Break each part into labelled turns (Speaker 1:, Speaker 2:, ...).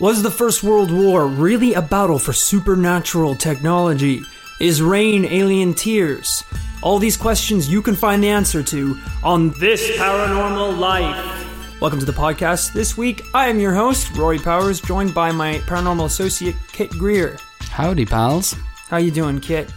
Speaker 1: Was the First World War really a battle for supernatural technology? Is rain alien tears? All these questions you can find the answer to on This Paranormal Life. Welcome to the podcast. This week, I am your host, Rory Powers, joined by my paranormal associate, Kit Greer.
Speaker 2: Howdy, pals.
Speaker 1: How you doing, Kit?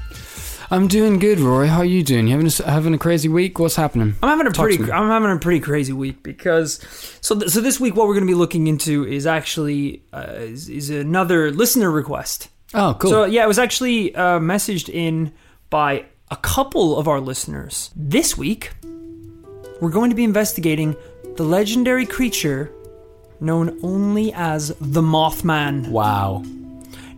Speaker 2: I'm doing good, Rory. How are you doing? You having a, having a crazy week? What's happening?
Speaker 1: I'm having a
Speaker 2: Talk
Speaker 1: pretty
Speaker 2: to me.
Speaker 1: I'm having a pretty crazy week because so th- so this week what we're going to be looking into is actually uh, is, is another listener request.
Speaker 2: Oh, cool.
Speaker 1: So yeah, it was actually uh, messaged in by a couple of our listeners. This week, we're going to be investigating the legendary creature known only as the Mothman.
Speaker 2: wow.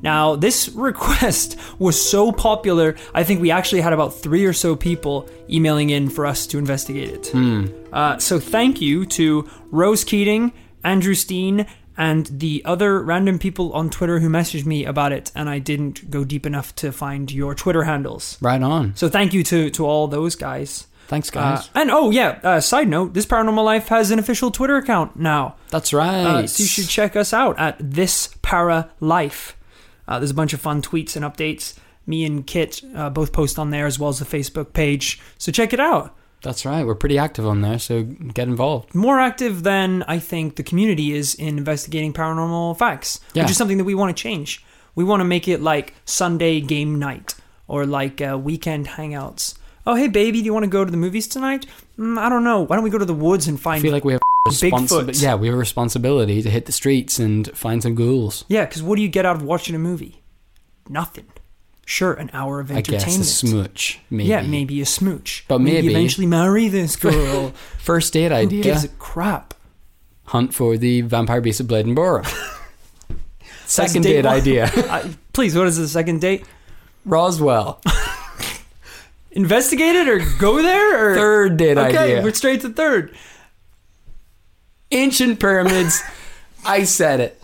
Speaker 1: Now, this request was so popular, I think we actually had about three or so people emailing in for us to investigate it. Uh, so, thank you to Rose Keating, Andrew Steen, and the other random people on Twitter who messaged me about it, and I didn't go deep enough to find your Twitter handles.
Speaker 2: Right on.
Speaker 1: So, thank you to, to all those guys.
Speaker 2: Thanks,
Speaker 1: Uh,
Speaker 2: guys.
Speaker 1: and oh, yeah, uh, side note this Paranormal Life has an official Twitter account now.
Speaker 2: That's right.
Speaker 1: Uh, so you should check us out at This Para Life. Uh, there's a bunch of fun tweets and updates. Me and Kit uh, both post on there as well as the Facebook page. So check it out.
Speaker 2: That's right. We're pretty active on there, so get involved.
Speaker 1: More active than I think the community is in investigating paranormal facts,
Speaker 2: Yeah.
Speaker 1: which is something that we want to change. We want to make it like Sunday game night or like uh, weekend hangouts. Oh, hey, baby, do you want to go to the movies tonight? Mm, I don't know. Why don't we go to the woods and
Speaker 2: I
Speaker 1: find
Speaker 2: feel like we have responsibility.
Speaker 1: Bigfoot.
Speaker 2: Yeah, we have a responsibility to hit the streets and find some ghouls.
Speaker 1: Yeah, because what do you get out of watching a movie? Nothing. Sure, an hour of
Speaker 2: I
Speaker 1: entertainment.
Speaker 2: guess a smooch, maybe.
Speaker 1: Yeah, maybe a smooch.
Speaker 2: But maybe-
Speaker 1: eventually marry this girl.
Speaker 2: First date
Speaker 1: Who
Speaker 2: idea:
Speaker 1: gives a crap?
Speaker 2: hunt for the vampire beast of Blade and Bora. Second
Speaker 1: date
Speaker 2: date
Speaker 1: one.
Speaker 2: idea:
Speaker 1: I, please, what is the second date?
Speaker 2: Roswell.
Speaker 1: Investigate it or go there or
Speaker 2: Third date
Speaker 1: okay,
Speaker 2: idea:
Speaker 1: we're straight to third.
Speaker 2: ancient pyramids. I said it.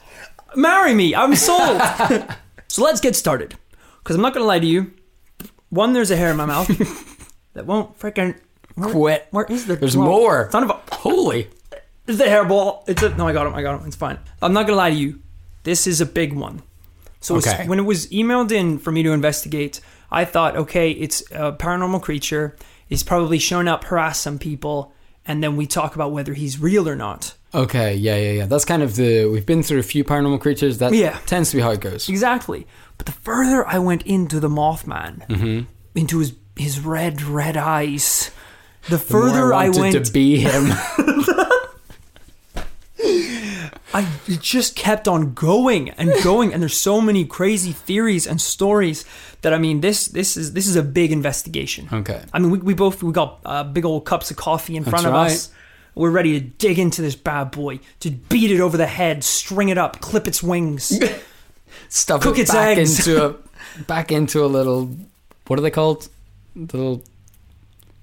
Speaker 1: Marry me, I'm sold. so let's get started. Because I'm not gonna lie to you. One, there's a hair in my mouth that won't freaking. Where,
Speaker 2: Quit.
Speaker 1: Where is the?
Speaker 2: There's
Speaker 1: well,
Speaker 2: more.
Speaker 1: Son of a.
Speaker 2: Holy.
Speaker 1: It's the hairball. It's a no. I got him. I got him. It's fine. I'm not gonna lie to you. This is a big one. So it's-
Speaker 2: Okay.
Speaker 1: when it was emailed in for me to investigate, I thought, okay, it's a paranormal creature. He's probably shown up, harassed some people, and then we talk about whether he's real or not.
Speaker 2: Okay, yeah, yeah, yeah. That's kind of the we've been through a few paranormal creatures. That
Speaker 1: Yeah.
Speaker 2: tends to be how it goes.
Speaker 1: Exactly. But the further I went into the Mothman,
Speaker 2: Mm-hmm.
Speaker 1: into his his red red eyes, the
Speaker 2: The more
Speaker 1: further I,
Speaker 2: wanted
Speaker 1: went,
Speaker 2: to be him.
Speaker 1: I it just kept on going and going, and there's so many crazy theories and stories that I mean, this this is this is a big investigation.
Speaker 2: Okay.
Speaker 1: I mean, we, we both we got uh, big old cups of coffee in front of
Speaker 2: right.
Speaker 1: us. We're ready to dig into this bad boy, to beat it over the head, string it up, clip its wings.
Speaker 2: Stuff
Speaker 1: Cook
Speaker 2: it
Speaker 1: its
Speaker 2: back
Speaker 1: eggs.
Speaker 2: into a back into a little what are they called? Little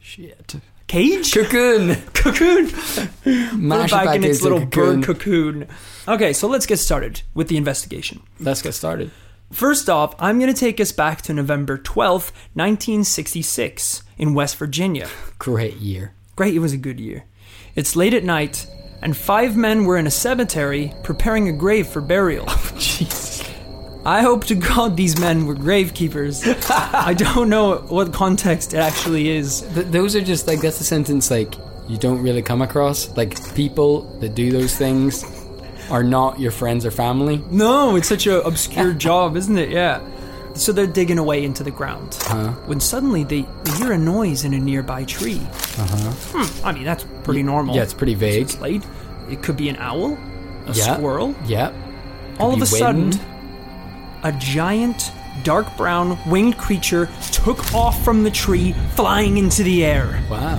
Speaker 2: shit
Speaker 1: Cage?
Speaker 2: cocoon.
Speaker 1: Cocoon! Put it
Speaker 2: Mash it
Speaker 1: back in its
Speaker 2: into
Speaker 1: little
Speaker 2: a cocoon.
Speaker 1: bird cocoon. Okay, so let's get started with the investigation.
Speaker 2: Let's get started.
Speaker 1: First off, I'm going to take us back to November 12th, 1966, in West Virginia.
Speaker 2: Great year.
Speaker 1: Great, it was a good year. It's late at night, and five men were in a cemetery preparing a grave for burial.
Speaker 2: Jeez.
Speaker 1: I hope to God these men were gravekeepers. I don't know what context it actually is.
Speaker 2: Th- those are just like that's a sentence like you don't really come across. Like people that do those things are not your friends or family.
Speaker 1: No, it's such a obscure job, isn't it? Yeah. So they're digging away into the ground.
Speaker 2: Uh-huh.
Speaker 1: When suddenly they, they hear a noise in a nearby tree. Uh-huh. Hmm, I mean, that's pretty normal.
Speaker 2: Yeah, it's pretty vague.
Speaker 1: It's late. It could be an owl, a
Speaker 2: Yeah.
Speaker 1: squirrel.
Speaker 2: Yeah.
Speaker 1: All of a
Speaker 2: be
Speaker 1: sudden,
Speaker 2: wind.
Speaker 1: a giant, dark brown, winged creature took off from the tree, flying into the air.
Speaker 2: Wow.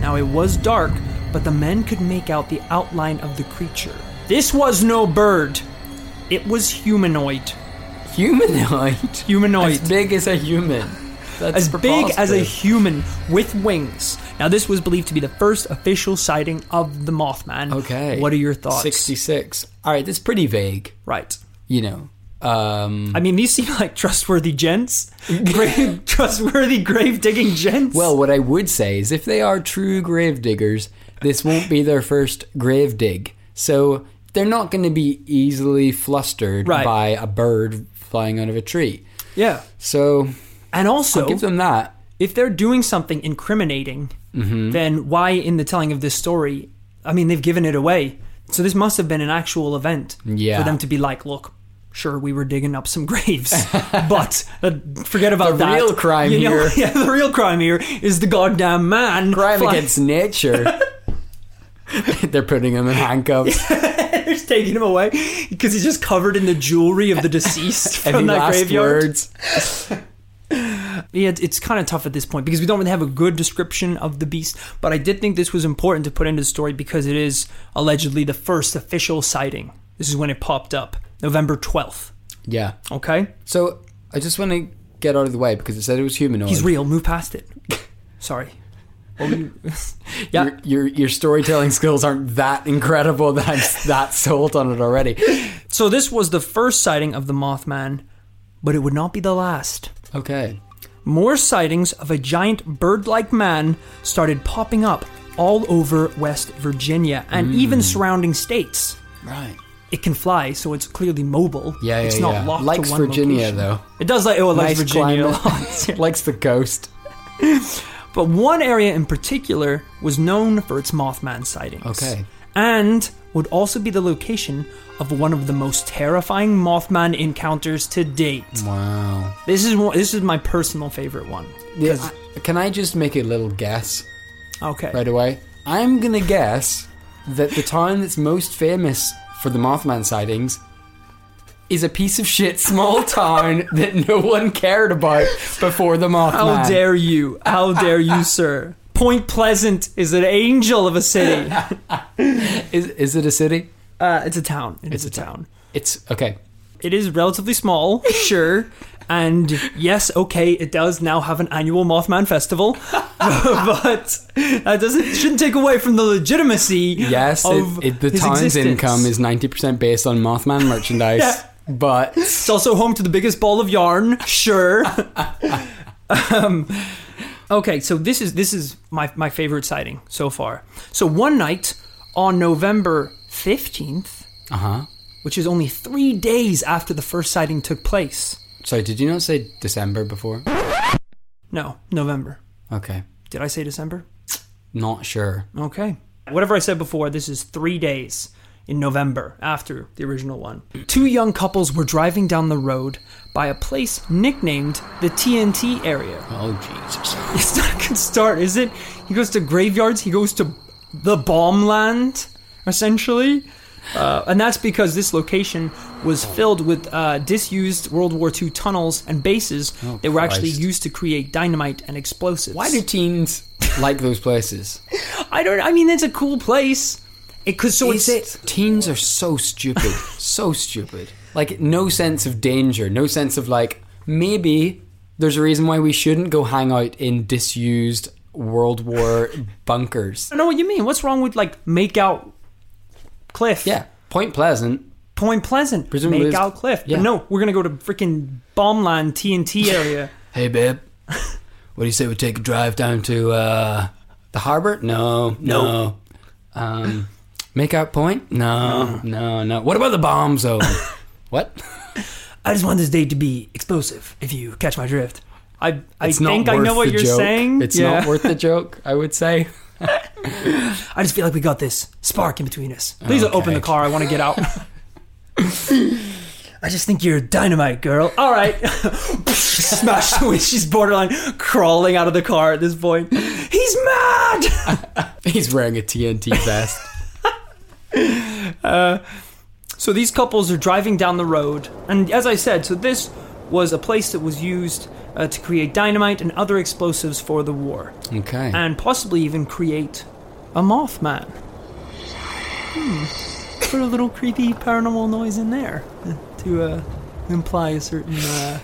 Speaker 1: Now it was dark, but the men could make out the outline of the creature. This was no bird. It was humanoid.
Speaker 2: Humanoid.
Speaker 1: Humanoid.
Speaker 2: As big as a human. That's
Speaker 1: As big as a
Speaker 2: preposterous.
Speaker 1: human with wings. Now, this was believed to be the first official sighting of the Mothman.
Speaker 2: Okay.
Speaker 1: What are your thoughts?
Speaker 2: 66. All right, that's pretty vague,
Speaker 1: Right.
Speaker 2: you know. Um,
Speaker 1: I mean, these seem like trustworthy gents, grave, trustworthy grave digging gents.
Speaker 2: well, what I would say is if they are true grave diggers, this won't be their first grave dig. So they're not going to be easily flustered
Speaker 1: Right.
Speaker 2: by a bird flying out of a tree.
Speaker 1: Yeah.
Speaker 2: So
Speaker 1: And also,
Speaker 2: give them that.
Speaker 1: if they're doing something incriminating,
Speaker 2: Mm-hmm.
Speaker 1: then why in the telling of this story? I mean, they've given it away. So this must have been an actual event
Speaker 2: Yeah.
Speaker 1: for them to be like, look, sure, we were digging up some graves, but uh, forget about
Speaker 2: The
Speaker 1: that.
Speaker 2: real crime
Speaker 1: You know,
Speaker 2: here-
Speaker 1: yeah, the real crime here is the goddamn man.
Speaker 2: Crime
Speaker 1: fly-
Speaker 2: against nature. they're putting him in handcuffs.
Speaker 1: They're just taking him away because he's just covered in the jewelry of the deceased
Speaker 2: Any
Speaker 1: from that
Speaker 2: last
Speaker 1: graveyard.
Speaker 2: words?
Speaker 1: Yeah, it's- it's kind of tough at this point because we don't really have a good description of the beast. But I did think this was important to put into the story because it is allegedly the first official sighting. This is when it popped up, November twelfth.
Speaker 2: Yeah.
Speaker 1: Okay,
Speaker 2: So I just want to get out of the way because it said it was humanoid.
Speaker 1: he's real. Move past it. Sorry. Well, we- yeah.
Speaker 2: your, your your storytelling skills aren't that incredible that I'm that sold on it already.
Speaker 1: So this was the first sighting of the Mothman, but it would not be the last.
Speaker 2: Okay.
Speaker 1: more sightings of a giant bird like man started popping up all over West Virginia and even surrounding states.
Speaker 2: Right.
Speaker 1: It can fly, so it's clearly mobile.
Speaker 2: Yeah, yeah,
Speaker 1: it's not
Speaker 2: yeah.
Speaker 1: locked
Speaker 2: Likes
Speaker 1: to one
Speaker 2: Virginia,
Speaker 1: location.
Speaker 2: though.
Speaker 1: It does like oh, it likes
Speaker 2: Nice
Speaker 1: Virginia a lot.
Speaker 2: climate. Likes the coast.
Speaker 1: But one area in particular was known for its Mothman sightings.
Speaker 2: Okay.
Speaker 1: And would also be the location of one of the most terrifying Mothman encounters to date.
Speaker 2: Wow.
Speaker 1: This is one, this is my personal favorite one. 'Cause-
Speaker 2: Can I just make a little guess
Speaker 1: okay.
Speaker 2: right away? I'm gonna guess that the town that's most famous for the Mothman sightings is a piece of shit small town that no one cared about before the Mothman.
Speaker 1: How dare you? How dare you, sir? Point Pleasant is an angel of a city.
Speaker 2: Is, is it a city?
Speaker 1: Uh, it's a town. it's a town.
Speaker 2: It's okay.
Speaker 1: It is relatively small, sure. And yes, okay, it does now have an annual Mothman festival, but that doesn't shouldn't take away from the legitimacy.
Speaker 2: Yes, it-
Speaker 1: of
Speaker 2: it- the
Speaker 1: his
Speaker 2: town's
Speaker 1: existence.
Speaker 2: income is 90% based on Mothman merchandise,
Speaker 1: Yeah.
Speaker 2: but
Speaker 1: It's also home to the biggest ball of yarn. Sure. Um, okay, so this is this is my my favorite sighting so far. So one night on November fifteenth,
Speaker 2: uh huh.
Speaker 1: which is only three days after the first sighting took place.
Speaker 2: Sorry, did you not say December before?
Speaker 1: No, November.
Speaker 2: Okay,
Speaker 1: Did I say December?
Speaker 2: not sure.
Speaker 1: Okay. Whatever I said before, this is three days in November after the original one. Two young couples were driving down the road by a place nicknamed the TNT area.
Speaker 2: Oh Jesus!
Speaker 1: It's not a good start, is it? He goes to graveyards. He goes to the bomb land, essentially. Uh, and that's because this location was filled with uh, disused World War II tunnels and bases that were actually
Speaker 2: Oh, Christ.
Speaker 1: used to create dynamite and explosives.
Speaker 2: Why do teens like those places?
Speaker 1: I don't? I mean, it's a cool place. It could so
Speaker 2: Is
Speaker 1: it's
Speaker 2: it? Teens are so stupid, so stupid. Like no sense of danger, no sense of like maybe there's a reason why we shouldn't go hang out in disused World War bunkers.
Speaker 1: I don't know what you mean. What's wrong with like make out cliff?
Speaker 2: Yeah, Point Pleasant.
Speaker 1: Point Pleasant,
Speaker 2: Presumably
Speaker 1: make
Speaker 2: it's-
Speaker 1: out cliff.
Speaker 2: yeah.
Speaker 1: But no, we're gonna go to freaking bombland TNT area.
Speaker 2: Hey, babe. What do you say we take a drive down to uh, the harbor? No, no. Um, make out point? No, no, no. What about the bomb zone? what?
Speaker 1: I just want this date to be explosive. If you catch my drift, I I
Speaker 2: It's
Speaker 1: think I know what
Speaker 2: the
Speaker 1: you're
Speaker 2: joke.
Speaker 1: saying.
Speaker 2: It's
Speaker 1: yeah.
Speaker 2: not worth the joke. I would say.
Speaker 1: I just feel like we got this spark in between us. Please open
Speaker 2: Okay.
Speaker 1: the car. I want to get out. I just think you're dynamite, girl. All right, smash. the windshield. She's borderline crawling out of the car at this point. He's mad.
Speaker 2: He's wearing a TNT vest.
Speaker 1: So these couples are driving down the road, and as I said, so this was a place that was used uh, to create dynamite and other explosives for the war.
Speaker 2: okay.
Speaker 1: and possibly even create a Mothman. Hmm. Put a little creepy paranormal noise in there to uh, imply a certain uh,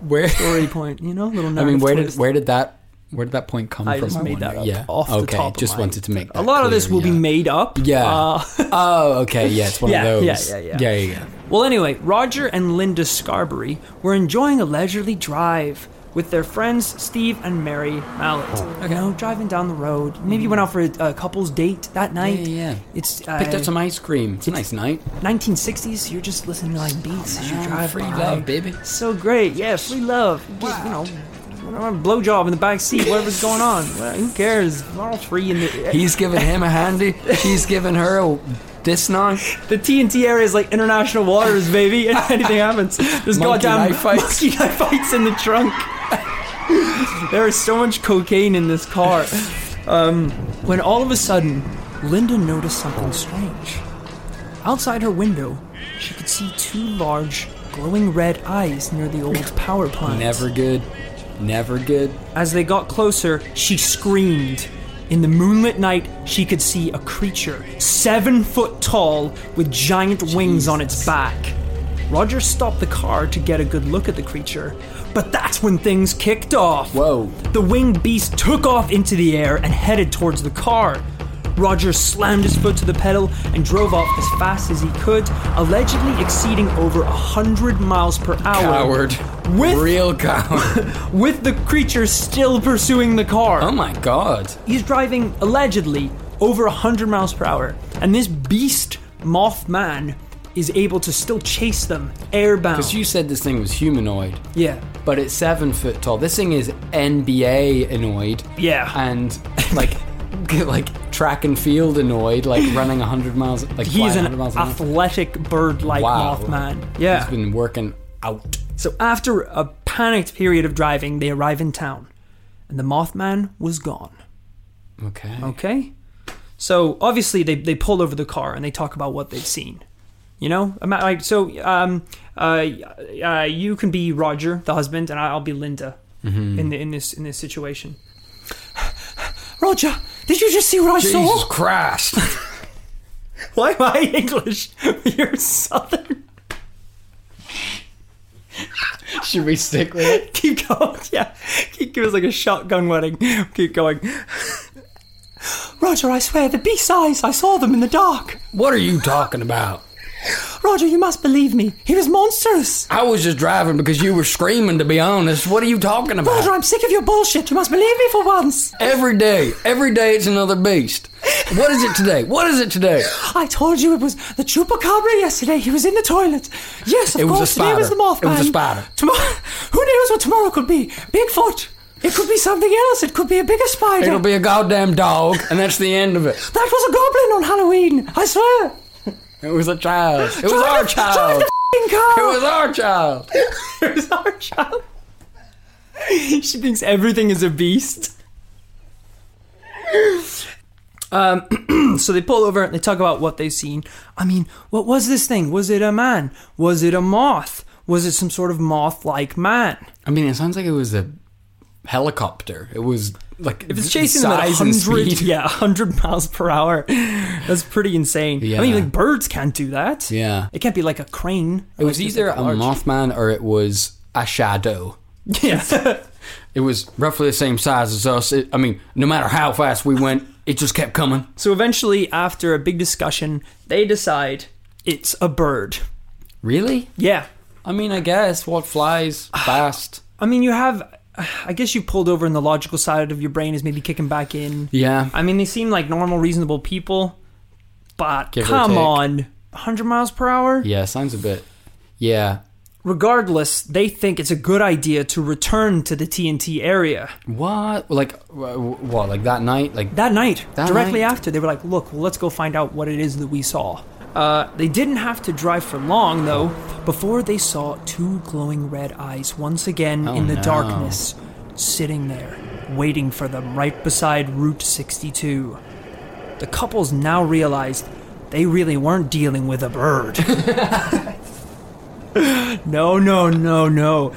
Speaker 2: where?
Speaker 1: story point. You know, little.
Speaker 2: I mean,
Speaker 1: narrative
Speaker 2: where
Speaker 1: twist.
Speaker 2: did where did that where did that point come
Speaker 1: I
Speaker 2: from?
Speaker 1: just made that
Speaker 2: wonder?
Speaker 1: up
Speaker 2: Yeah.
Speaker 1: off the
Speaker 2: okay.
Speaker 1: top of
Speaker 2: just
Speaker 1: my-
Speaker 2: wanted to make that
Speaker 1: a lot of this
Speaker 2: clear,
Speaker 1: will be
Speaker 2: yeah.
Speaker 1: made up.
Speaker 2: Yeah.
Speaker 1: Uh,
Speaker 2: Oh, okay. Yeah, it's one
Speaker 1: Yeah,
Speaker 2: of
Speaker 1: yeah,
Speaker 2: those.
Speaker 1: yeah, yeah.
Speaker 2: yeah, yeah.
Speaker 1: well, anyway, Roger and Linda Scarberry were enjoying a leisurely drive with their friends Steve and Mary Mallet.
Speaker 2: Oh.
Speaker 1: You know, driving down the road. Maybe went out for a, a couple's date that night.
Speaker 2: yeah, yeah.
Speaker 1: It's uh,
Speaker 2: Picked up some ice cream. It's a nice night.
Speaker 1: 1960s. You're just listening to like beats as you
Speaker 2: man,
Speaker 1: drive.
Speaker 2: free
Speaker 1: by.
Speaker 2: love, baby.
Speaker 1: So great. Yeah, free love. Just, you know. whatever, Blowjob in the back seat, whatever's going on. Well, who cares? We're all free in the
Speaker 2: He's giving him a handy. She's giving her a diss now.
Speaker 1: The TNT area is like international waters, baby. If anything happens, there's
Speaker 2: Monkey
Speaker 1: goddamn
Speaker 2: knife fights.
Speaker 1: monkey knife fights in the trunk. there is so much cocaine in this car. Um, when all of a sudden, Linda noticed something strange. Outside her window, she could see two large, glowing red eyes near the old power plant.
Speaker 2: Never good. Never good.
Speaker 1: As they got closer, she screamed. In the moonlit night, she could see a creature, seven foot tall, with giant wings on its back. Roger stopped the car to get a good look at the creature, but that's when things kicked off.
Speaker 2: Whoa.
Speaker 1: The winged beast took off into the air and headed towards the car. Roger slammed his foot to the pedal and drove off as fast as he could, allegedly exceeding over 100 miles per hour.
Speaker 2: Coward.
Speaker 1: With-
Speaker 2: Real coward.
Speaker 1: With the creature still pursuing the car
Speaker 2: oh my god.
Speaker 1: he's driving allegedly over 100 miles per hour and this beast mothman is able to still chase them airbound
Speaker 2: Because you said this thing was humanoid,
Speaker 1: yeah
Speaker 2: but it's seven foot tall. This thing is NBA annoyed.
Speaker 1: Yeah.
Speaker 2: And like, like track and field annoyed, like running 100 miles, like
Speaker 1: he's
Speaker 2: flying
Speaker 1: an
Speaker 2: 100 miles an hour.
Speaker 1: athletic bird-like
Speaker 2: Wow.
Speaker 1: mothman yeah
Speaker 2: He's been working out.
Speaker 1: so after a panicked period of driving they arrive in town and the mothman was gone
Speaker 2: Okay.
Speaker 1: Okay. So obviously they, they pull over the car and they talk about what they've seen. You know, Am I- like so. Um, uh, uh, you can be Roger, the husband, and I'll be Linda in the, in this in this situation. Roger, did you just see what I
Speaker 2: Jesus
Speaker 1: saw?
Speaker 2: Christ.
Speaker 1: Why am I English? You're Southern.
Speaker 2: Should we stick with it?
Speaker 1: Keep going. Yeah, keep give us like a shotgun wedding. Keep going. Roger, I swear the beast's eyes. I saw them in the dark.
Speaker 2: What are you talking about?
Speaker 1: Roger, you must believe me. He was monstrous.
Speaker 2: I was just driving because you were screaming, to be honest. What are you talking about?
Speaker 1: Roger, I'm sick of your bullshit. You must believe me for once.
Speaker 2: Every day, every day it's another beast. What is it today? What is it today?
Speaker 1: I told you it was the chupacabra yesterday. He was in the toilet. Yes, of
Speaker 2: It was a
Speaker 1: course. Today was the
Speaker 2: spider.
Speaker 1: mothman.
Speaker 2: It was a spider.
Speaker 1: Tomorrow, who knows what tomorrow could be? Bigfoot. It could be something else. It could be a bigger spider.
Speaker 2: It'll be a goddamn dog, and that's the end of it.
Speaker 1: that was a goblin on Halloween. I swear.
Speaker 2: It was a child. It was
Speaker 1: Drive
Speaker 2: our
Speaker 1: the- Drive
Speaker 2: child.
Speaker 1: the f***ing car.
Speaker 2: It was our child.
Speaker 1: It was our child. she thinks everything is a beast. Um, so they pull over and they talk about what they've seen. I mean, what was this thing? Was it a man? Was it a moth? Was it some sort of moth-like man?
Speaker 2: I mean, it sounds like it was a helicopter. It was like
Speaker 1: If it's chasing them at hundred, yeah, hundred miles per hour, that's pretty insane. I mean,
Speaker 2: Yeah.
Speaker 1: like birds can't do that.
Speaker 2: Yeah.
Speaker 1: it can't be like a crane.
Speaker 2: It was either a mothman or it was a shadow.
Speaker 1: yeah,
Speaker 2: It was roughly the same size as us. It, I mean, no matter how fast we went, it just kept coming.
Speaker 1: So eventually, after a big discussion, they decide it's a bird.
Speaker 2: Really?
Speaker 1: Yeah.
Speaker 2: I mean, I guess what flies fast.
Speaker 1: I mean, you have. I guess you pulled over, and the logical side of your brain is maybe kicking back in.
Speaker 2: Yeah.
Speaker 1: I mean, they seem like normal, reasonable people, but
Speaker 2: Give or
Speaker 1: come
Speaker 2: take.
Speaker 1: on. 100 miles per hour?
Speaker 2: Yeah, sounds a bit. Yeah.
Speaker 1: Regardless, they think it's a good idea to return to the TNT area.
Speaker 2: What? Like wh- wh- what? Like that night? Like
Speaker 1: That night,
Speaker 2: That
Speaker 1: directly
Speaker 2: night?
Speaker 1: after, they were like, look, well, let's go find out what it is that we saw. Uh, they didn't have to drive for long, though, before they saw two glowing red eyes once again in the
Speaker 2: Oh, no.
Speaker 1: darkness, sitting there, waiting for them right beside Route 62. The couples now realized they really weren't dealing with a bird. no, no, no, no.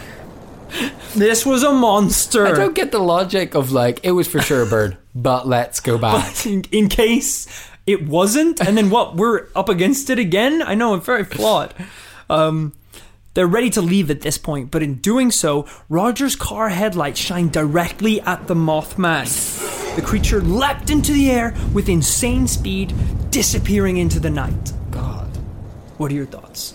Speaker 1: This was a monster.
Speaker 2: I don't get the logic of like it was for sure a bird, but let's go back.
Speaker 1: in, in case it wasn't, and then what? We're up against it again. I know I'm very flawed. Um, they're ready to leave at this point, but in doing so, Roger's car headlights shine directly at the Mothman. The creature leapt into the air with insane speed, disappearing into the night.
Speaker 2: God.
Speaker 1: What are your thoughts?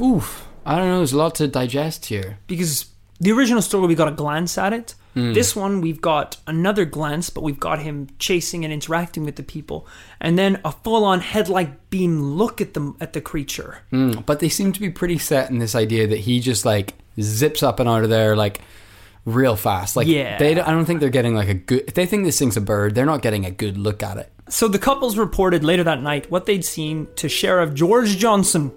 Speaker 2: Oof. I don't know. There's a lot to digest here.
Speaker 1: Because the original story we got a glance at it. This one we've got another glance, but we've got him chasing and interacting with the people, and then a full-on headlight beam look at the at the creature.
Speaker 2: Mm, But they seem to be pretty set in this idea that he just like zips up and out of there like real fast. Like
Speaker 1: Yeah.
Speaker 2: they don't, I don't think they're getting like a good if they think this thing's a bird, they're not getting a good look at it.
Speaker 1: So the couples reported later that night what they'd seen to Sheriff George Johnson,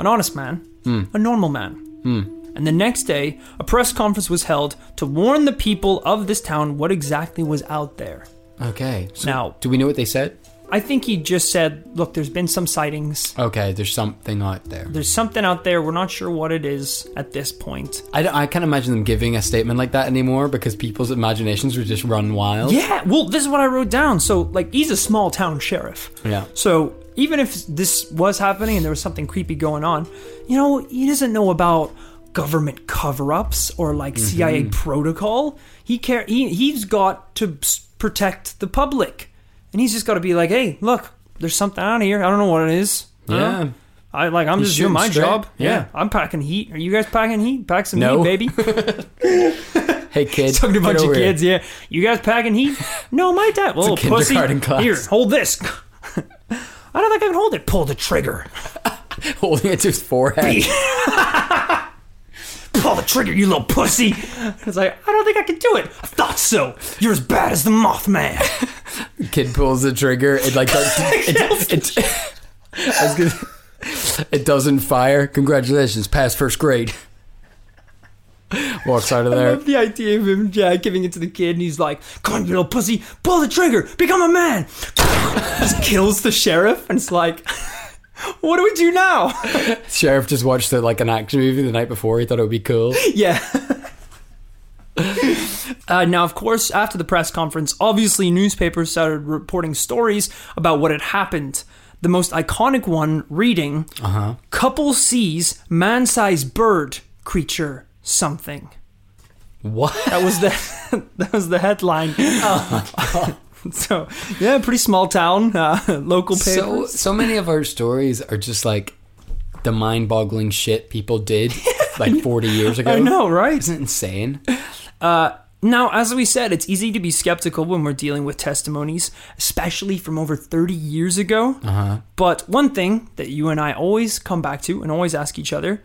Speaker 1: an honest man, a normal man. And the next day, a press conference was held to warn the people of this town what exactly was out there.
Speaker 2: Okay. So
Speaker 1: Now,
Speaker 2: do we know what they said?
Speaker 1: I think he just said, look, there's been some sightings.
Speaker 2: Okay, there's something out there.
Speaker 1: There's something out there. We're not sure what it is at this point.
Speaker 2: I, don't- I can't imagine them giving a statement like that anymore because people's imaginations would just run wild.
Speaker 1: Yeah, well, this is what I wrote down. So, like, he's a small town sheriff.
Speaker 2: Yeah.
Speaker 1: So, even if this was happening and there was something creepy going on, you know, he doesn't know about government cover-ups or like CIA protocol. He care he he's got to s- protect the public, and he's just got to be like, hey, look, there's something out here. I don't know what it is. I don't
Speaker 2: Yeah.
Speaker 1: know. I like I'm just doing
Speaker 2: shooting
Speaker 1: my
Speaker 2: straight.
Speaker 1: job.
Speaker 2: Yeah.
Speaker 1: I'm packing heat. Are you guys packing heat? Pack some
Speaker 2: No.
Speaker 1: heat, baby.
Speaker 2: Hey kid,
Speaker 1: Talking to a
Speaker 2: get
Speaker 1: bunch of
Speaker 2: over here.
Speaker 1: kids, yeah. You guys packing heat? No, my dad. Well,
Speaker 2: It's a
Speaker 1: pussy.
Speaker 2: kindergarten class.
Speaker 1: Here, hold this. I don't think I can hold it. Pull the trigger.
Speaker 2: holding it to his forehead.
Speaker 1: Pull the trigger, you little pussy. It's like, I don't think I can do it. I thought so. You're as bad as the Mothman.
Speaker 2: kid pulls the trigger. It like does, it, it, I was gonna, it doesn't fire. Congratulations, pass first grade. Walks out of
Speaker 1: I
Speaker 2: there.
Speaker 1: love the idea of him yeah, giving it to the kid, and he's like, "Come on, you little pussy, pull the trigger, become a man." Just kills the sheriff, and it's like, "What do we do now?"
Speaker 2: Sheriff just watched uh, like an action movie the night before. He thought it would be cool.
Speaker 1: Yeah. uh, now, of course, after the press conference, obviously newspapers started reporting stories about what had happened. The most iconic one reading Couple sees man sized bird creature something.
Speaker 2: What?
Speaker 1: That was the that was the headline. so yeah, pretty small town, uh, local papers.
Speaker 2: So so many of our stories are just like the mind-boggling shit people did like 40 years ago.
Speaker 1: I know, right?
Speaker 2: Isn't it insane?
Speaker 1: Now, as we said, it's easy to be skeptical when we're dealing with testimonies, especially from over 30 years ago. Uh-huh. But one thing that you and I always come back to and always ask each other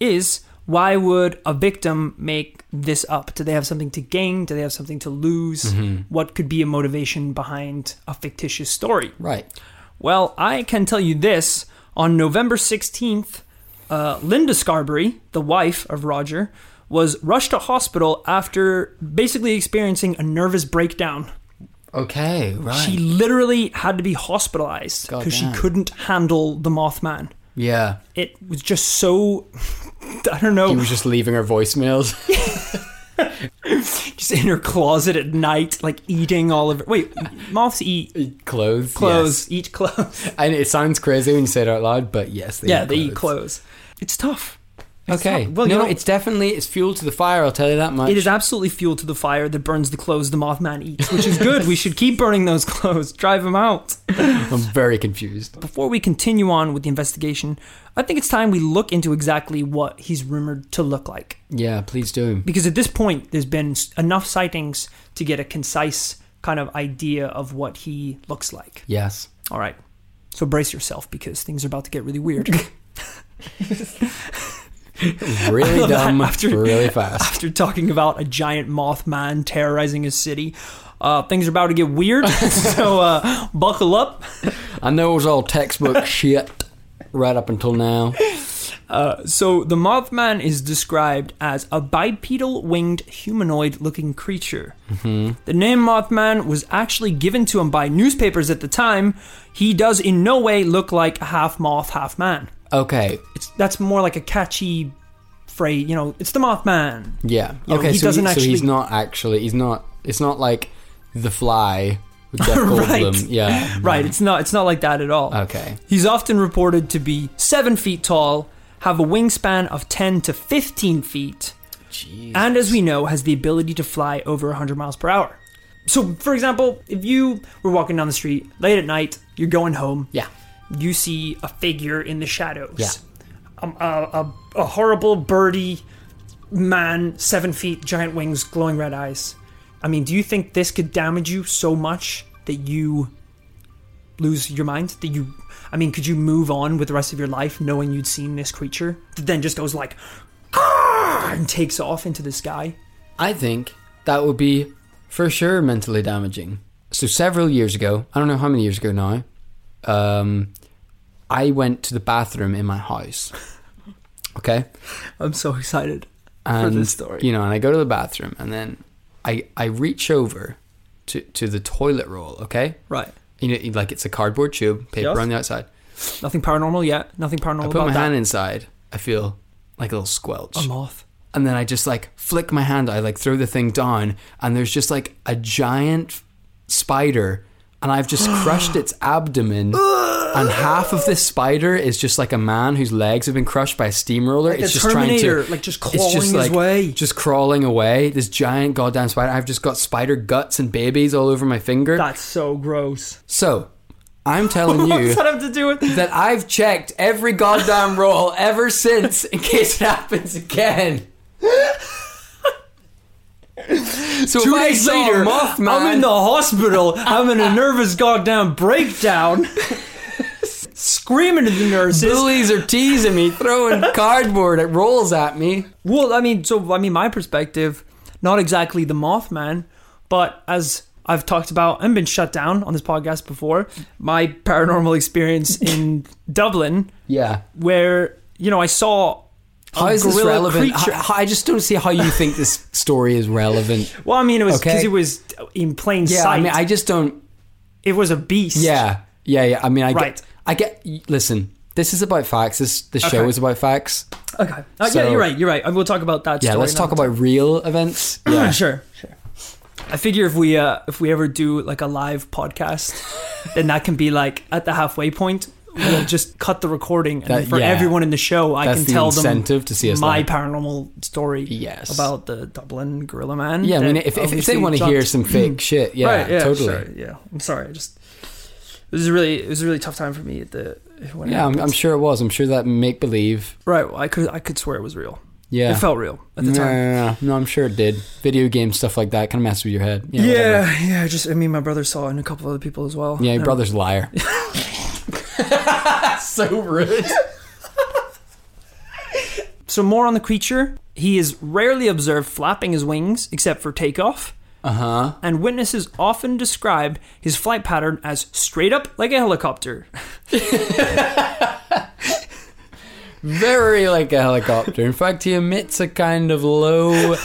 Speaker 1: is why would a victim make this up? Do they have something to gain? Do they have something to lose? What could be a motivation behind a fictitious story?
Speaker 2: Right.
Speaker 1: Well, I can tell you this. On November 16th, uh, Linda Scarberry, the wife of Roger, was rushed to hospital after basically experiencing a nervous breakdown.
Speaker 2: Okay. Right.
Speaker 1: She literally had to be hospitalized
Speaker 2: God
Speaker 1: because she
Speaker 2: damn.
Speaker 1: couldn't handle the Mothman.
Speaker 2: yeah.
Speaker 1: It was just so. I don't know.
Speaker 2: He was just leaving her voicemails.
Speaker 1: just in her closet at night, like eating all of her. Wait, moths eat
Speaker 2: Clothes.
Speaker 1: clothes,
Speaker 2: yes.
Speaker 1: eat clothes.
Speaker 2: And it sounds crazy when you say it out loud, but yes, they
Speaker 1: yeah,
Speaker 2: eat
Speaker 1: they eat
Speaker 2: clothes.
Speaker 1: clothes. It's tough. It's
Speaker 2: Okay.
Speaker 1: tough.
Speaker 2: Well,
Speaker 1: you
Speaker 2: no,
Speaker 1: know-
Speaker 2: it's definitely it's fuel to the fire. I'll tell you that much.
Speaker 1: It is absolutely fuel to the fire that burns the clothes the Mothman eats, which is good. we should keep burning those clothes, drive them out.
Speaker 2: I'm very confused.
Speaker 1: Before we continue on with the investigation, I think it's time we look into exactly what he's rumored to look like.
Speaker 2: Yeah, please do.
Speaker 1: Because at this point, there's been s- enough sightings to get a concise kind of idea of what he looks like.
Speaker 2: Yes.
Speaker 1: All right. So brace yourself because things are about to get really weird.
Speaker 2: Really
Speaker 1: love that
Speaker 2: dumb.
Speaker 1: after-
Speaker 2: really fast.
Speaker 1: After talking about a giant Mothman terrorizing a city, uh, things are about to get weird. so uh, buckle up.
Speaker 2: I know it was all textbook shit right up until now.
Speaker 1: So the Mothman is described as a bipedal winged humanoid looking creature. The name Mothman was actually given to him by newspapers at the time. He does in no way look like a half moth, half man.
Speaker 2: Okay.
Speaker 1: It's that's more like a catchy phrase, you know, it's the Mothman.
Speaker 2: Yeah.
Speaker 1: You know,
Speaker 2: okay.
Speaker 1: he
Speaker 2: so,
Speaker 1: doesn't
Speaker 2: so he's
Speaker 1: actually-
Speaker 2: not actually. He's not. It's not like the fly. with Jeff
Speaker 1: Right.
Speaker 2: Goldblum. Yeah.
Speaker 1: Right, it's not it's not like that at all.
Speaker 2: Mm-hmm. Okay.
Speaker 1: He's often reported to be seven feet tall, have a wingspan of ten to fifteen feet.
Speaker 2: Jeez.
Speaker 1: and as we know, has the ability to fly over 100 miles per hour. So, for example, if you were walking down the street late at night, you're going home,
Speaker 2: Yeah.
Speaker 1: you see a figure in the shadows,
Speaker 2: Yeah.
Speaker 1: um, a, a, a horrible birdie man, seven feet, giant wings, glowing red eyes. I mean, do you think this could damage you so much that you lose your mind? That you, I mean, could you move on with the rest of your life knowing you'd seen this creature that then just goes like, "Ah!" and takes off into the sky?
Speaker 2: I think that would be for sure mentally damaging. So several years ago, I don't know how many years ago now, um, I went to the bathroom in my house. Okay,
Speaker 1: I'm so excited
Speaker 2: and
Speaker 1: for this story.
Speaker 2: you know, and I go to the bathroom, and then I I reach over to to the toilet roll. Okay,
Speaker 1: Right.
Speaker 2: you know, like it's a cardboard tube, paper
Speaker 1: Yes.
Speaker 2: on the outside.
Speaker 1: Nothing paranormal yet. Nothing paranormal
Speaker 2: I put
Speaker 1: about
Speaker 2: my
Speaker 1: that.
Speaker 2: hand inside. I feel like a little squelch.
Speaker 1: A moth.
Speaker 2: and then I just like flick my hand. I like throw the thing down, and there's just like a giant spider, and I've just crushed its abdomen. and half of this spider is just like a man whose legs have been crushed by a steamroller.
Speaker 1: a
Speaker 2: it's just trying
Speaker 1: Terminator,
Speaker 2: to
Speaker 1: like, just
Speaker 2: it's
Speaker 1: clawing his way.
Speaker 2: just crawling away. This giant goddamn spider. I've just got spider guts and babies all over my finger.
Speaker 1: That's so gross.
Speaker 2: so, I'm telling
Speaker 1: What
Speaker 2: you
Speaker 1: does that have to do with?
Speaker 2: that I've checked every goddamn roll ever since in case it happens again. so
Speaker 1: Two
Speaker 2: if I
Speaker 1: days
Speaker 2: saw
Speaker 1: later,
Speaker 2: Mothman,
Speaker 1: I'm in the hospital. I'm in a nervous goddamn breakdown. Screaming at the nurses.
Speaker 2: bullies are teasing me, throwing cardboard at rolls at me.
Speaker 1: Well, I mean, so I mean, my perspective, not exactly the Mothman, but as I've talked about and been shut down on this podcast before, my paranormal experience in Dublin,
Speaker 2: Yeah,
Speaker 1: where you know I saw a
Speaker 2: how is this
Speaker 1: gorilla
Speaker 2: relevant?
Speaker 1: creature.
Speaker 2: How- I just don't see how you think this story is relevant.
Speaker 1: well, I mean, it was because
Speaker 2: Okay.
Speaker 1: it was in plain
Speaker 2: Yeah,
Speaker 1: sight.
Speaker 2: I mean, I just don't.
Speaker 1: it was a beast.
Speaker 2: Yeah, yeah, yeah. I mean, I
Speaker 1: Right.
Speaker 2: get. I get. Listen, this is about facts. This the show
Speaker 1: Okay.
Speaker 2: is about facts.
Speaker 1: Okay. Uh, yeah,
Speaker 2: So-
Speaker 1: you're right. You're right. And we'll talk about that.
Speaker 2: Yeah,
Speaker 1: story
Speaker 2: let's talk
Speaker 1: another
Speaker 2: about real events.
Speaker 1: Yeah, sure, sure. I figure if we uh, if we ever do like a live podcast, then that can be like at the halfway point. We'll just cut the recording, and
Speaker 2: That-
Speaker 1: for
Speaker 2: yeah.
Speaker 1: everyone in the show, I
Speaker 2: That's
Speaker 1: can
Speaker 2: the
Speaker 1: tell
Speaker 2: incentive to see
Speaker 1: them
Speaker 2: us
Speaker 1: my
Speaker 2: live.
Speaker 1: paranormal story.
Speaker 2: Yes.
Speaker 1: about the Dublin Gorilla Man.
Speaker 2: Yeah, I mean,
Speaker 1: that
Speaker 2: if, if, if
Speaker 1: obviously
Speaker 2: they want to
Speaker 1: jumped-
Speaker 2: hear some fake shit, yeah,
Speaker 1: right, yeah,
Speaker 2: totally.
Speaker 1: sure, yeah, I'm sorry. I just it was a really it was a really tough time for me at the when it
Speaker 2: Yeah, I'm, I'm
Speaker 1: happened.
Speaker 2: sure it was. I'm sure that make believe.
Speaker 1: right. Well, I could I could swear it was real.
Speaker 2: Yeah,
Speaker 1: It felt real at the
Speaker 2: No,
Speaker 1: time.
Speaker 2: No, no, no. No, I'm sure it did. Video game stuff like that kind of mess with your head. Yeah,
Speaker 1: Yeah,
Speaker 2: whatever.
Speaker 1: yeah. Just I mean, my brother saw it, and a couple other people as well.
Speaker 2: yeah. Your
Speaker 1: Um,
Speaker 2: brother's a liar. so rude.
Speaker 1: So more on the creature. He is rarely observed flapping his wings except for takeoff,
Speaker 2: Uh huh.
Speaker 1: and witnesses often describe his flight pattern as straight up like a helicopter.
Speaker 2: Very like a helicopter. In fact, he emits a kind of low,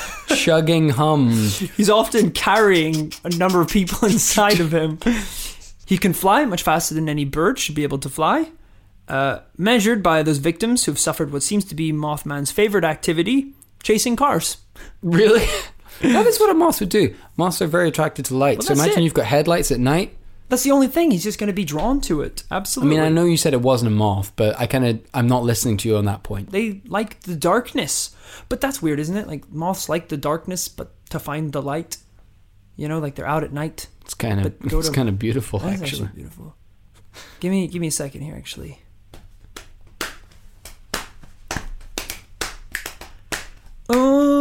Speaker 2: chugging hum.
Speaker 1: He's often carrying a number of people inside of him. He can fly much faster than any bird should be able to fly. Uh, measured by those victims who've suffered what seems to be Mothman's favorite activity, chasing cars.
Speaker 2: Really? that is what a moth would do. Moths are very attracted to light.
Speaker 1: Well,
Speaker 2: so
Speaker 1: that's
Speaker 2: imagine
Speaker 1: it.
Speaker 2: you've got headlights at night.
Speaker 1: That's the only thing. He's just going to be drawn to it.
Speaker 2: I
Speaker 1: Absolutely.
Speaker 2: mean, I know you said it wasn't a moth, but I kind of I'm not listening to you on that point.
Speaker 1: they like the darkness. But that's weird, isn't it? Like moths like the darkness, but to find the light, you know, like they're out at night.
Speaker 2: It's kind of
Speaker 1: But go
Speaker 2: it's
Speaker 1: to-
Speaker 2: kind of beautiful
Speaker 1: That is
Speaker 2: actually.
Speaker 1: beautiful. Give me, give me a second here, actually.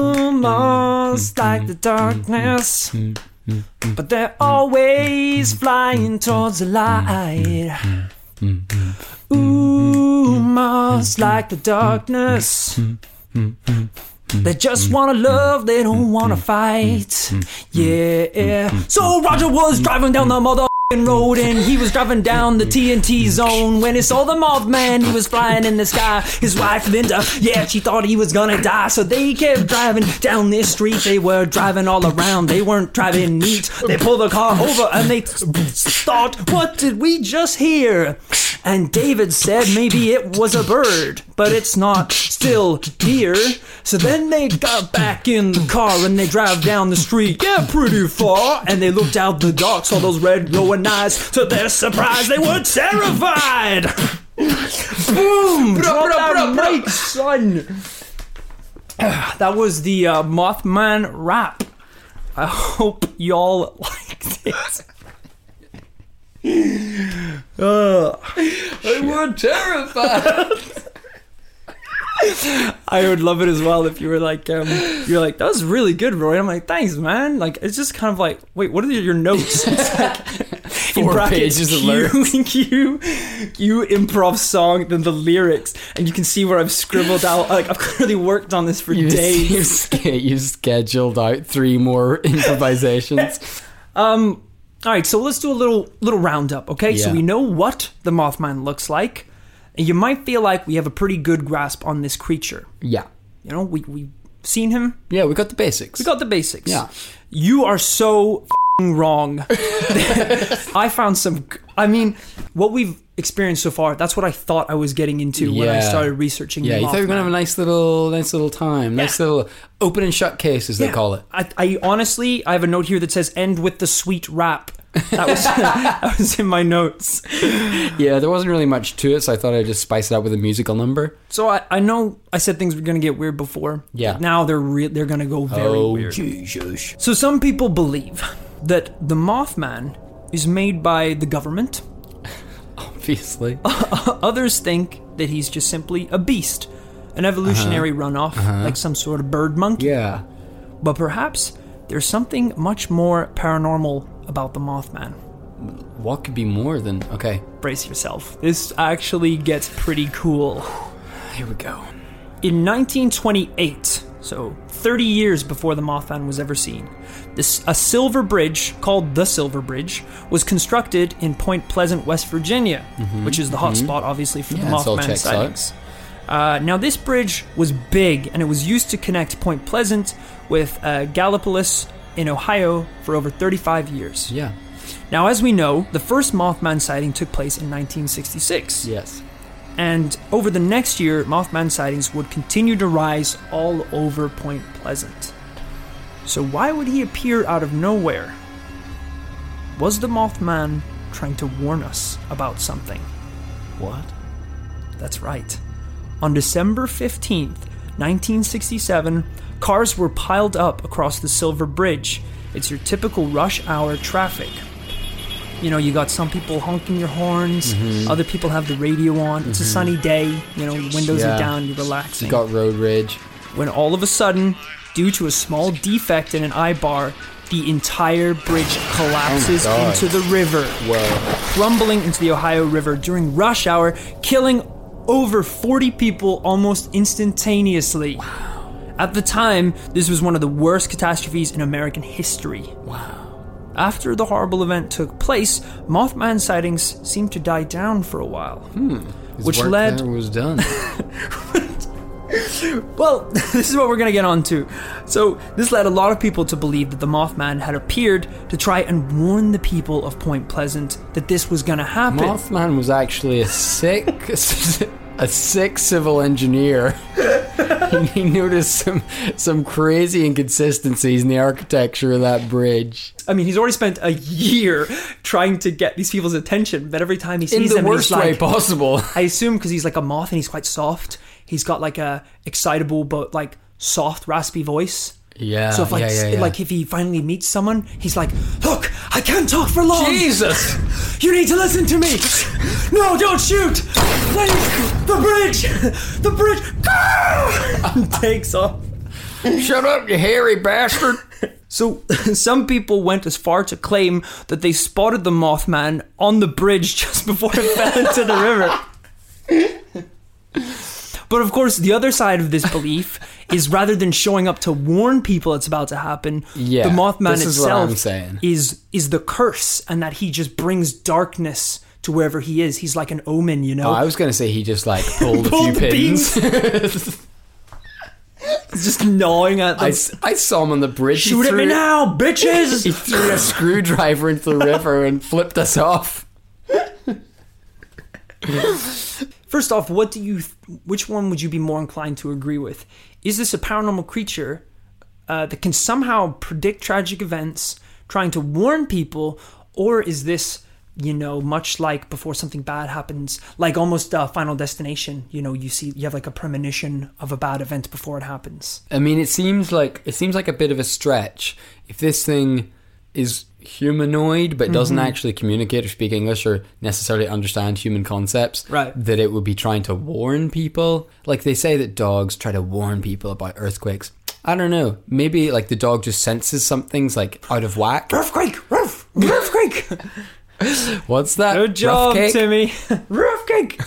Speaker 1: Almost like the darkness, but they're always flying towards the light. Ooh, moths like the darkness. They just wanna love, they don't wanna fight. Yeah. So Roger was driving down the mother road and he was driving down the TNT zone when he saw the Mothman. He was flying in the sky. His wife Linda, yeah, she thought he was gonna die, so they kept driving down this street. They were driving all around. They weren't driving neat. They pulled the car over and they thought, "What did we just hear?" And David said maybe it was a bird, but it's not still here. So then they got back in the car and they drive down the street, yeah, pretty far. And they looked out the dark, saw those red glowing eyes. To their surprise, they were terrified. Boom! Drop that mic, son. that was the uh, Mothman rap. I hope y'all liked it. Ugh.
Speaker 2: They were terrified.
Speaker 1: I would love it as well if you were like, um, you're like, that was really good, Roy. I'm like, thanks, man. Like, it's just kind of like, wait, what are your notes? It's like, in
Speaker 2: Four
Speaker 1: brackets,
Speaker 2: pages of
Speaker 1: Q, Q, Q improv song, then the lyrics, and you can see where I've scribbled out. Like, I've clearly worked on this for
Speaker 2: You,
Speaker 1: days.
Speaker 2: you, sch- you scheduled out three more improvisations.
Speaker 1: Um, all right, so let's do a little little roundup, okay? So
Speaker 2: Yeah.
Speaker 1: we know what the Mothman looks like, and you might feel like we have a pretty good grasp on this creature.
Speaker 2: yeah.
Speaker 1: You know, we we've seen him,
Speaker 2: Yeah, we got the basics.
Speaker 1: we got the basics.
Speaker 2: Yeah.
Speaker 1: you are so fing wrong. I found some. I mean, what we've experienced so far, that's what I thought I was getting into when I
Speaker 2: Yeah.
Speaker 1: started researching.
Speaker 2: yeah,
Speaker 1: the
Speaker 2: you thought you were gonna have a nice little, nice little time, nice little open and shut case, as they call it.
Speaker 1: I, I honestly, I have a note here that says "end with the sweet rap." That was that was in my notes.
Speaker 2: Yeah, there wasn't really much to it, so I thought I'd just spice it up with a musical number.
Speaker 1: So I, I know I said things were gonna get weird before.
Speaker 2: Yeah.
Speaker 1: But now they're re- they're gonna go very weird.
Speaker 2: Oh, Jesus!
Speaker 1: So some people believe that the Mothman is made by the government.
Speaker 2: Obviously,
Speaker 1: Others think that he's just simply a beast, an evolutionary runoff, like some sort of bird monkey.
Speaker 2: yeah.
Speaker 1: But perhaps there's something much more paranormal about the Mothman.
Speaker 2: What could be more than okay?
Speaker 1: Brace yourself. This actually gets pretty cool.
Speaker 2: Here we go.
Speaker 1: In 1928, so 30 years before the Mothman was ever seen, this, a silver bridge called the Silver Bridge was constructed in Point Pleasant, West Virginia, which is the hotspot, obviously, for the
Speaker 2: Mm-hmm. Yeah, this all
Speaker 1: Mothman
Speaker 2: checks out.
Speaker 1: sightings. Uh, now, this bridge was big, and it was used to connect Point Pleasant with uh, Gallipolis in Ohio for over 35 years.
Speaker 2: Yeah.
Speaker 1: Now, as we know, the first Mothman sighting took place in 1966.
Speaker 2: Yes.
Speaker 1: And over the next year, Mothman sightings would continue to rise all over Point Pleasant. So, why would he appear out of nowhere? Was the Mothman trying to warn us about something?
Speaker 2: What?
Speaker 1: That's right. On December 15th, 1967, cars were piled up across the Silver Bridge. It's your typical rush hour traffic. You know, you got some people honking your horns, other people have the radio on. It's a sunny day, you know, the windows
Speaker 2: Yeah.
Speaker 1: are down, you're
Speaker 2: You
Speaker 1: relaxing.
Speaker 2: got road rage.
Speaker 1: when all of a sudden, due to a small defect in an eye bar, the entire bridge collapses
Speaker 2: God.
Speaker 1: into the river
Speaker 2: Well,
Speaker 1: rumbling into the Ohio River during rush hour, killing over 40 people almost instantaneously. Wow. At the time, this was one of the worst catastrophes in American history. Wow. After the horrible event took place, Mothman sightings seemed to die down for a while.
Speaker 2: his
Speaker 1: Which
Speaker 2: work
Speaker 1: led-
Speaker 2: there was done.
Speaker 1: Well, this is what we're going to get on to. So, this led a lot of people to believe that the Mothman had appeared to try and warn the people of Point Pleasant that this was going to happen.
Speaker 2: Mothman was actually a sick, a sick civil engineer. And he noticed some some crazy inconsistencies in the architecture of that bridge.
Speaker 1: I mean, he's already spent a year trying to get these people's attention, but every time he
Speaker 2: In
Speaker 1: sees
Speaker 2: the
Speaker 1: them,
Speaker 2: worst
Speaker 1: he's
Speaker 2: way
Speaker 1: like,
Speaker 2: possible.
Speaker 1: I assume because he's like a moth and he's quite soft, he's got like a excitable but like soft, raspy voice.
Speaker 2: Yeah.
Speaker 1: So if like,
Speaker 2: yeah, yeah, yeah.
Speaker 1: like if he finally meets someone, he's like, "Look, I can't talk for long.
Speaker 2: Jesus.
Speaker 1: You need to listen to me. No, don't shoot. Please, the bridge, the bridge." and takes off.
Speaker 2: Shut up, you hairy bastard!
Speaker 1: So, some people went as far to claim that they spotted the Mothman on the bridge just before it fell into the river. But of course, the other side of this belief is rather than showing up to warn people it's about to happen,
Speaker 2: Yeah,
Speaker 1: the Mothman
Speaker 2: this is what
Speaker 1: itself
Speaker 2: I'm saying.
Speaker 1: is is the curse, and that he just brings darkness to wherever he is. He's like an omen, you know.
Speaker 2: Oh, I was gonna say he just like pulled a
Speaker 1: Pulled
Speaker 2: few
Speaker 1: the
Speaker 2: pins.
Speaker 1: He's just gnawing at
Speaker 2: I,
Speaker 1: them.
Speaker 2: s- I saw him on the bridge. He
Speaker 1: Shoot at
Speaker 2: threw-
Speaker 1: me now, bitches!
Speaker 2: He threw a screwdriver into the river and flipped us off.
Speaker 1: First off, what do you? Th- which one would you be more inclined to agree with? Is this a paranormal creature uh, that can somehow predict tragic events, trying to warn people, or is this, you know, much like before something bad happens, like almost uh, Final Destination? You know, you see, you have like a premonition of a bad event before it happens.
Speaker 2: I mean, it seems like it seems like a bit of a stretch. If this thing is humanoid but doesn't
Speaker 1: Mm-hmm.
Speaker 2: actually communicate or speak English or necessarily understand human concepts,
Speaker 1: Right.
Speaker 2: that it would be trying to warn people. Like they say that dogs try to warn people about earthquakes. I don't know. Maybe like the dog just senses something's like out of whack.
Speaker 1: Earthquake! Roof! Earthquake!
Speaker 2: What's that?
Speaker 1: Good job,
Speaker 2: Rough cake?
Speaker 1: Timmy. Earthquake!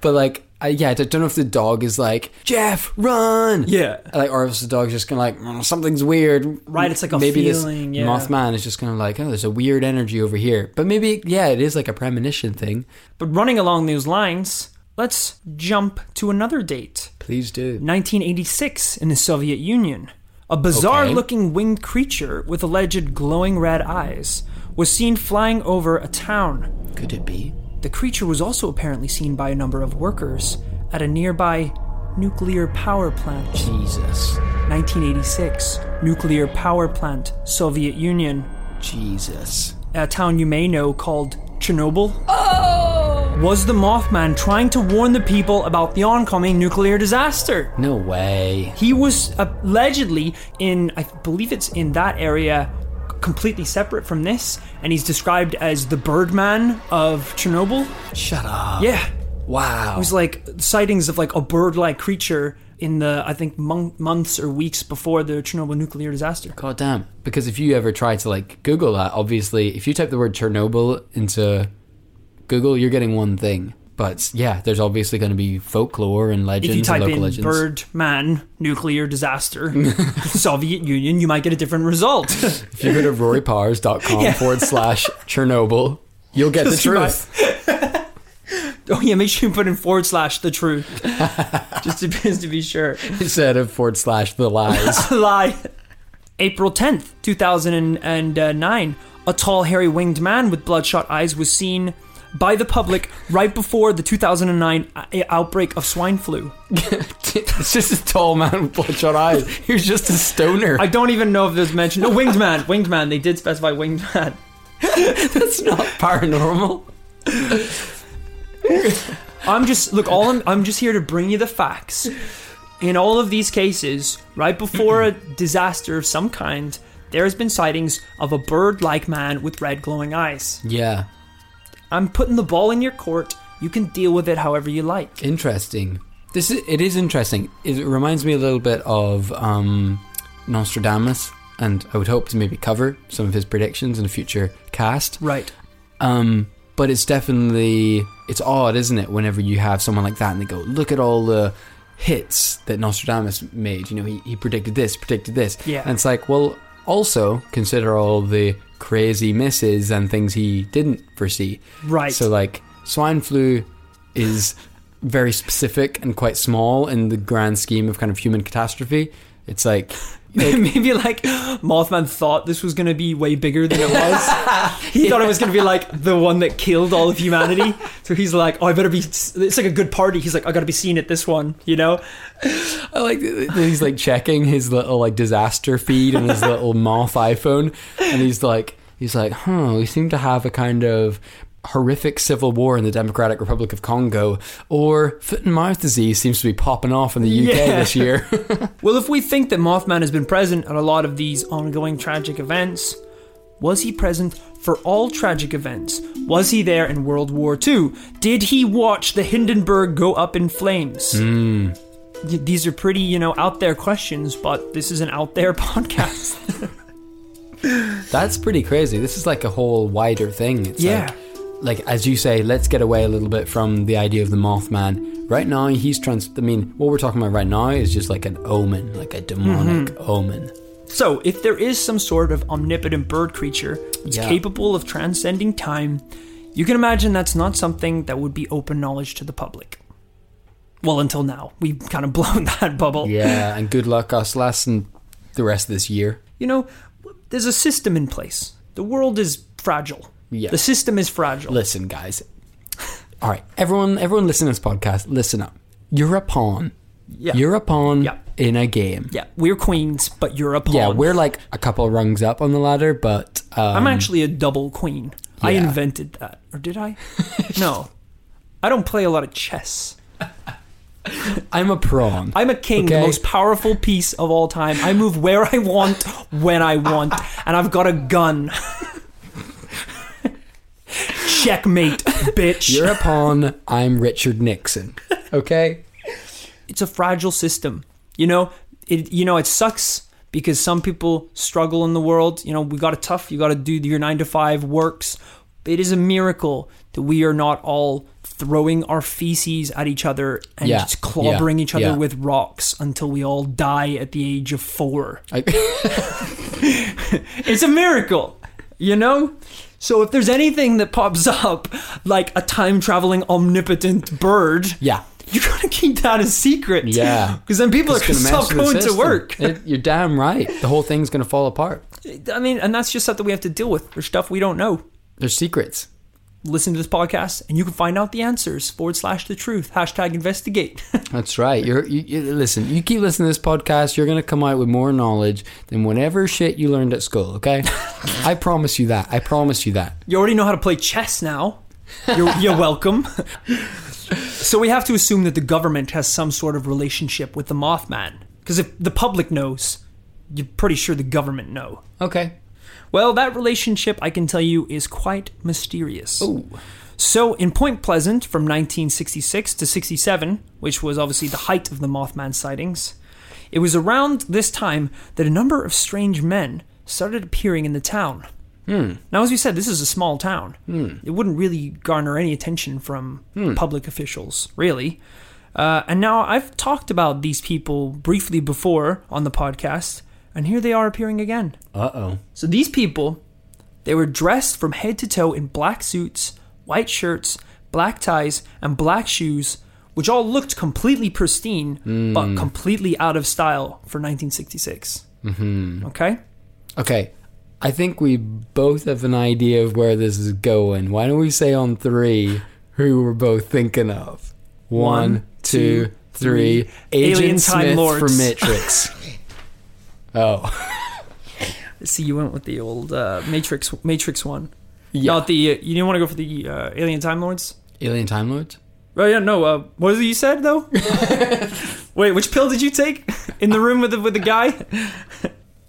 Speaker 2: But like, I, yeah, I don't know if the dog is like Jeff, run.
Speaker 1: Yeah.
Speaker 2: Like, or if the dog's just kind of like "Mm, something's weird.
Speaker 1: Right, it's like a
Speaker 2: maybe
Speaker 1: feeling,
Speaker 2: This
Speaker 1: yeah.
Speaker 2: Mothman is just kind of like, oh, there's a weird energy over here. But maybe, yeah, it is like a premonition thing.
Speaker 1: But running along those lines, let's jump to another date.
Speaker 2: Please do.
Speaker 1: 1986 in the Soviet Union. A bizarre looking winged creature with alleged glowing red eyes was seen flying over a town.
Speaker 2: Could it be?
Speaker 1: The creature was also apparently seen by a number of workers at a nearby nuclear power plant.
Speaker 2: Jesus,
Speaker 1: 1986, nuclear power plant, Soviet Union,
Speaker 2: Jesus.
Speaker 1: a town you may know called Chernobyl. Oh! Was the Mothman trying to warn the people about the oncoming nuclear disaster?
Speaker 2: No way.
Speaker 1: He was uh, allegedly in, I believe it's in that area, c- completely separate from this, and he's described as the Birdman of Chernobyl.
Speaker 2: Shut up.
Speaker 1: Yeah,
Speaker 2: Wow.
Speaker 1: it's like sightings of like a bird-like creature in the I think mon- months or weeks before the Chernobyl nuclear disaster.
Speaker 2: God damn. Because if you ever try to like Google that, obviously, if you type the word Chernobyl into Google, you're getting one thing. But yeah, there's obviously going to be folklore and legends
Speaker 1: If you type
Speaker 2: and local
Speaker 1: in
Speaker 2: legends.
Speaker 1: "Birdman nuclear disaster Soviet Union," you might get a different result.
Speaker 2: If you go to rorypowers.com forward slash Chernobyl, you'll get the
Speaker 1: Just right.
Speaker 2: truth.
Speaker 1: oh yeah, make sure you put in forward slash the truth, just to, just to be sure.
Speaker 2: Instead of forward slash the lies.
Speaker 1: lie. April 10th, 2009, a tall, hairy winged man with bloodshot eyes was seen by the public right before the 2009 o- uh, outbreak of swine flu.
Speaker 2: it's just a tall man with bloodshot eyes. He was just a stoner.
Speaker 1: I don't even know if there's mention. No, winged man, winged man. They did specify winged man.
Speaker 2: That's not paranormal.
Speaker 1: I'm just look. All I'm, I'm just here to bring you the facts. In all of these cases, right before a disaster of some kind, there has been sightings of a bird-like man with red glowing eyes.
Speaker 2: Yeah.
Speaker 1: I'm putting the ball in your court. You can deal with it however you like.
Speaker 2: Interesting. This is, it is interesting. It reminds me a little bit of um, Nostradamus, and I would hope to maybe cover some of his predictions in a future cast.
Speaker 1: Right.
Speaker 2: Um, but it's definitely it's odd, isn't it? Whenever you have someone like that and they go, look at all the hits that Nostradamus made. You know, he, he predicted this, predicted this.
Speaker 1: Yeah.
Speaker 2: And it's like, well, also consider all the crazy misses and things he didn't foresee.
Speaker 1: Right.
Speaker 2: So like swine flu is very specific and quite small in the grand scheme of kind of human catastrophe. It's like
Speaker 1: Maybe like Mothman thought this was going to be way bigger than it was. he thought it was going to be like the one that killed all of humanity. So he's like, "Oh, I better be." It's like a good party. He's like, "I got to be seen at this one," you know.
Speaker 2: I like that he's like checking his little like disaster feed and his little moth iPhone, and he's like he's like, huh, we seem to have a kind of horrific civil war in the Democratic Republic of Congo, or foot and mouth disease seems to be popping off in the UK
Speaker 1: Yeah.
Speaker 2: this year.
Speaker 1: Well, if we think that Mothman has been present at a lot of these ongoing tragic events, was he present for all tragic events? Was he there in World War II? Did he watch the Hindenburg go up in flames? Y- These are pretty, you know, out there questions, but this is an out there podcast.
Speaker 2: That's pretty crazy. This is like a whole wider thing. It's
Speaker 1: Yeah.
Speaker 2: Like, like as you say, let's get away a little bit from the idea of the Mothman. Right now, he's trans. I mean, what we're talking about right now is just like an omen, like a demonic
Speaker 1: Mm-hmm.
Speaker 2: omen.
Speaker 1: So, if there is some sort of omnipotent bird creature that's
Speaker 2: Yeah.
Speaker 1: capable of transcending time, you can imagine that's not something that would be open knowledge to the public. Well, until now, we've kind of blown that bubble.
Speaker 2: Yeah, and good luck us lasting the rest of this year.
Speaker 1: You know, there's a system in place. The world is fragile.
Speaker 2: Yeah.
Speaker 1: The system is fragile.
Speaker 2: Listen, guys. All right, everyone, everyone listening to this podcast, listen up. You're a pawn.
Speaker 1: Yeah.
Speaker 2: You're a pawn
Speaker 1: Yeah.
Speaker 2: in a game.
Speaker 1: yeah, we're queens, but you're a pawn.
Speaker 2: Yeah, we're like a couple rungs up on the ladder, but um,
Speaker 1: I'm actually a double queen. I
Speaker 2: Yeah.
Speaker 1: invented that. Or did I? no. I don't play a lot of chess.
Speaker 2: I'm a prawn.
Speaker 1: I'm a king, the
Speaker 2: Okay.
Speaker 1: most powerful piece of all time. I move where I want, when I want, and I've got a gun. Checkmate, bitch.
Speaker 2: You're a pawn. I'm Richard Nixon. Okay.
Speaker 1: it's a fragile system. You know, it you know it sucks because some people struggle in the world. You know, we got it tough. You got to do your nine to five works. It is a miracle that we are not all throwing our feces at each other and
Speaker 2: Yeah,
Speaker 1: just clobbering
Speaker 2: yeah,
Speaker 1: each other
Speaker 2: yeah.
Speaker 1: with rocks until we all die at the age of four.
Speaker 2: I-
Speaker 1: It's a miracle, you know? So if there's anything that pops up, like a time traveling omnipotent bird,
Speaker 2: yeah.
Speaker 1: you gotta keep that a secret.
Speaker 2: Yeah.
Speaker 1: Because then people are
Speaker 2: It's
Speaker 1: gonna
Speaker 2: gonna mess
Speaker 1: stop
Speaker 2: with the
Speaker 1: going to
Speaker 2: system.
Speaker 1: work.
Speaker 2: It- you're damn right. The whole thing's gonna fall apart.
Speaker 1: I mean, and that's just stuff that we have to deal with. There's stuff we don't know.
Speaker 2: There's secrets.
Speaker 1: Listen to this podcast and you can find out the answers. Forward slash the truth. Hashtag investigate.
Speaker 2: That's right. You're you, you listen. You keep listening to this podcast. You're gonna come out with more knowledge than whatever shit you learned at school. Okay. I promise you that. I promise you that.
Speaker 1: you already know how to play chess now. You're, you're welcome. so we have to assume that the government has some sort of relationship with the Mothman. Because if the public knows, you're pretty sure the government know.
Speaker 2: Okay.
Speaker 1: Well, that relationship, I can tell you, is quite mysterious. So, in Point Pleasant from 1966 to 67, which was obviously the height of the Mothman sightings, it was around this time that a number of strange men started appearing in the town. Now, as we said, this is a small town. It wouldn't really garner any attention from public officials, really. Uh, and now I've talked about these people briefly before on the podcast, and here they are appearing again.
Speaker 2: Uh oh.
Speaker 1: So these people, they were dressed from head to toe in black suits, white shirts, black ties, and black shoes, which all looked completely pristine, but completely out of style for 1966. Mm-hmm. Okay?
Speaker 2: Okay. I think we both have an idea of where this is going. Why don't we say on three who we're both thinking of? One, two, three. Agent
Speaker 1: Alien Time
Speaker 2: Smith
Speaker 1: Lords.
Speaker 2: from Matrix. oh,
Speaker 1: See, you went with the old uh, Matrix Matrix one.
Speaker 2: Yeah.
Speaker 1: Not the, uh, you didn't want to go for the uh, Alien Time Lords?
Speaker 2: Alien Time Lords.
Speaker 1: Oh, yeah, no. Uh, what is it you said, though? Wait, which pill did you take in the room with the, with the guy?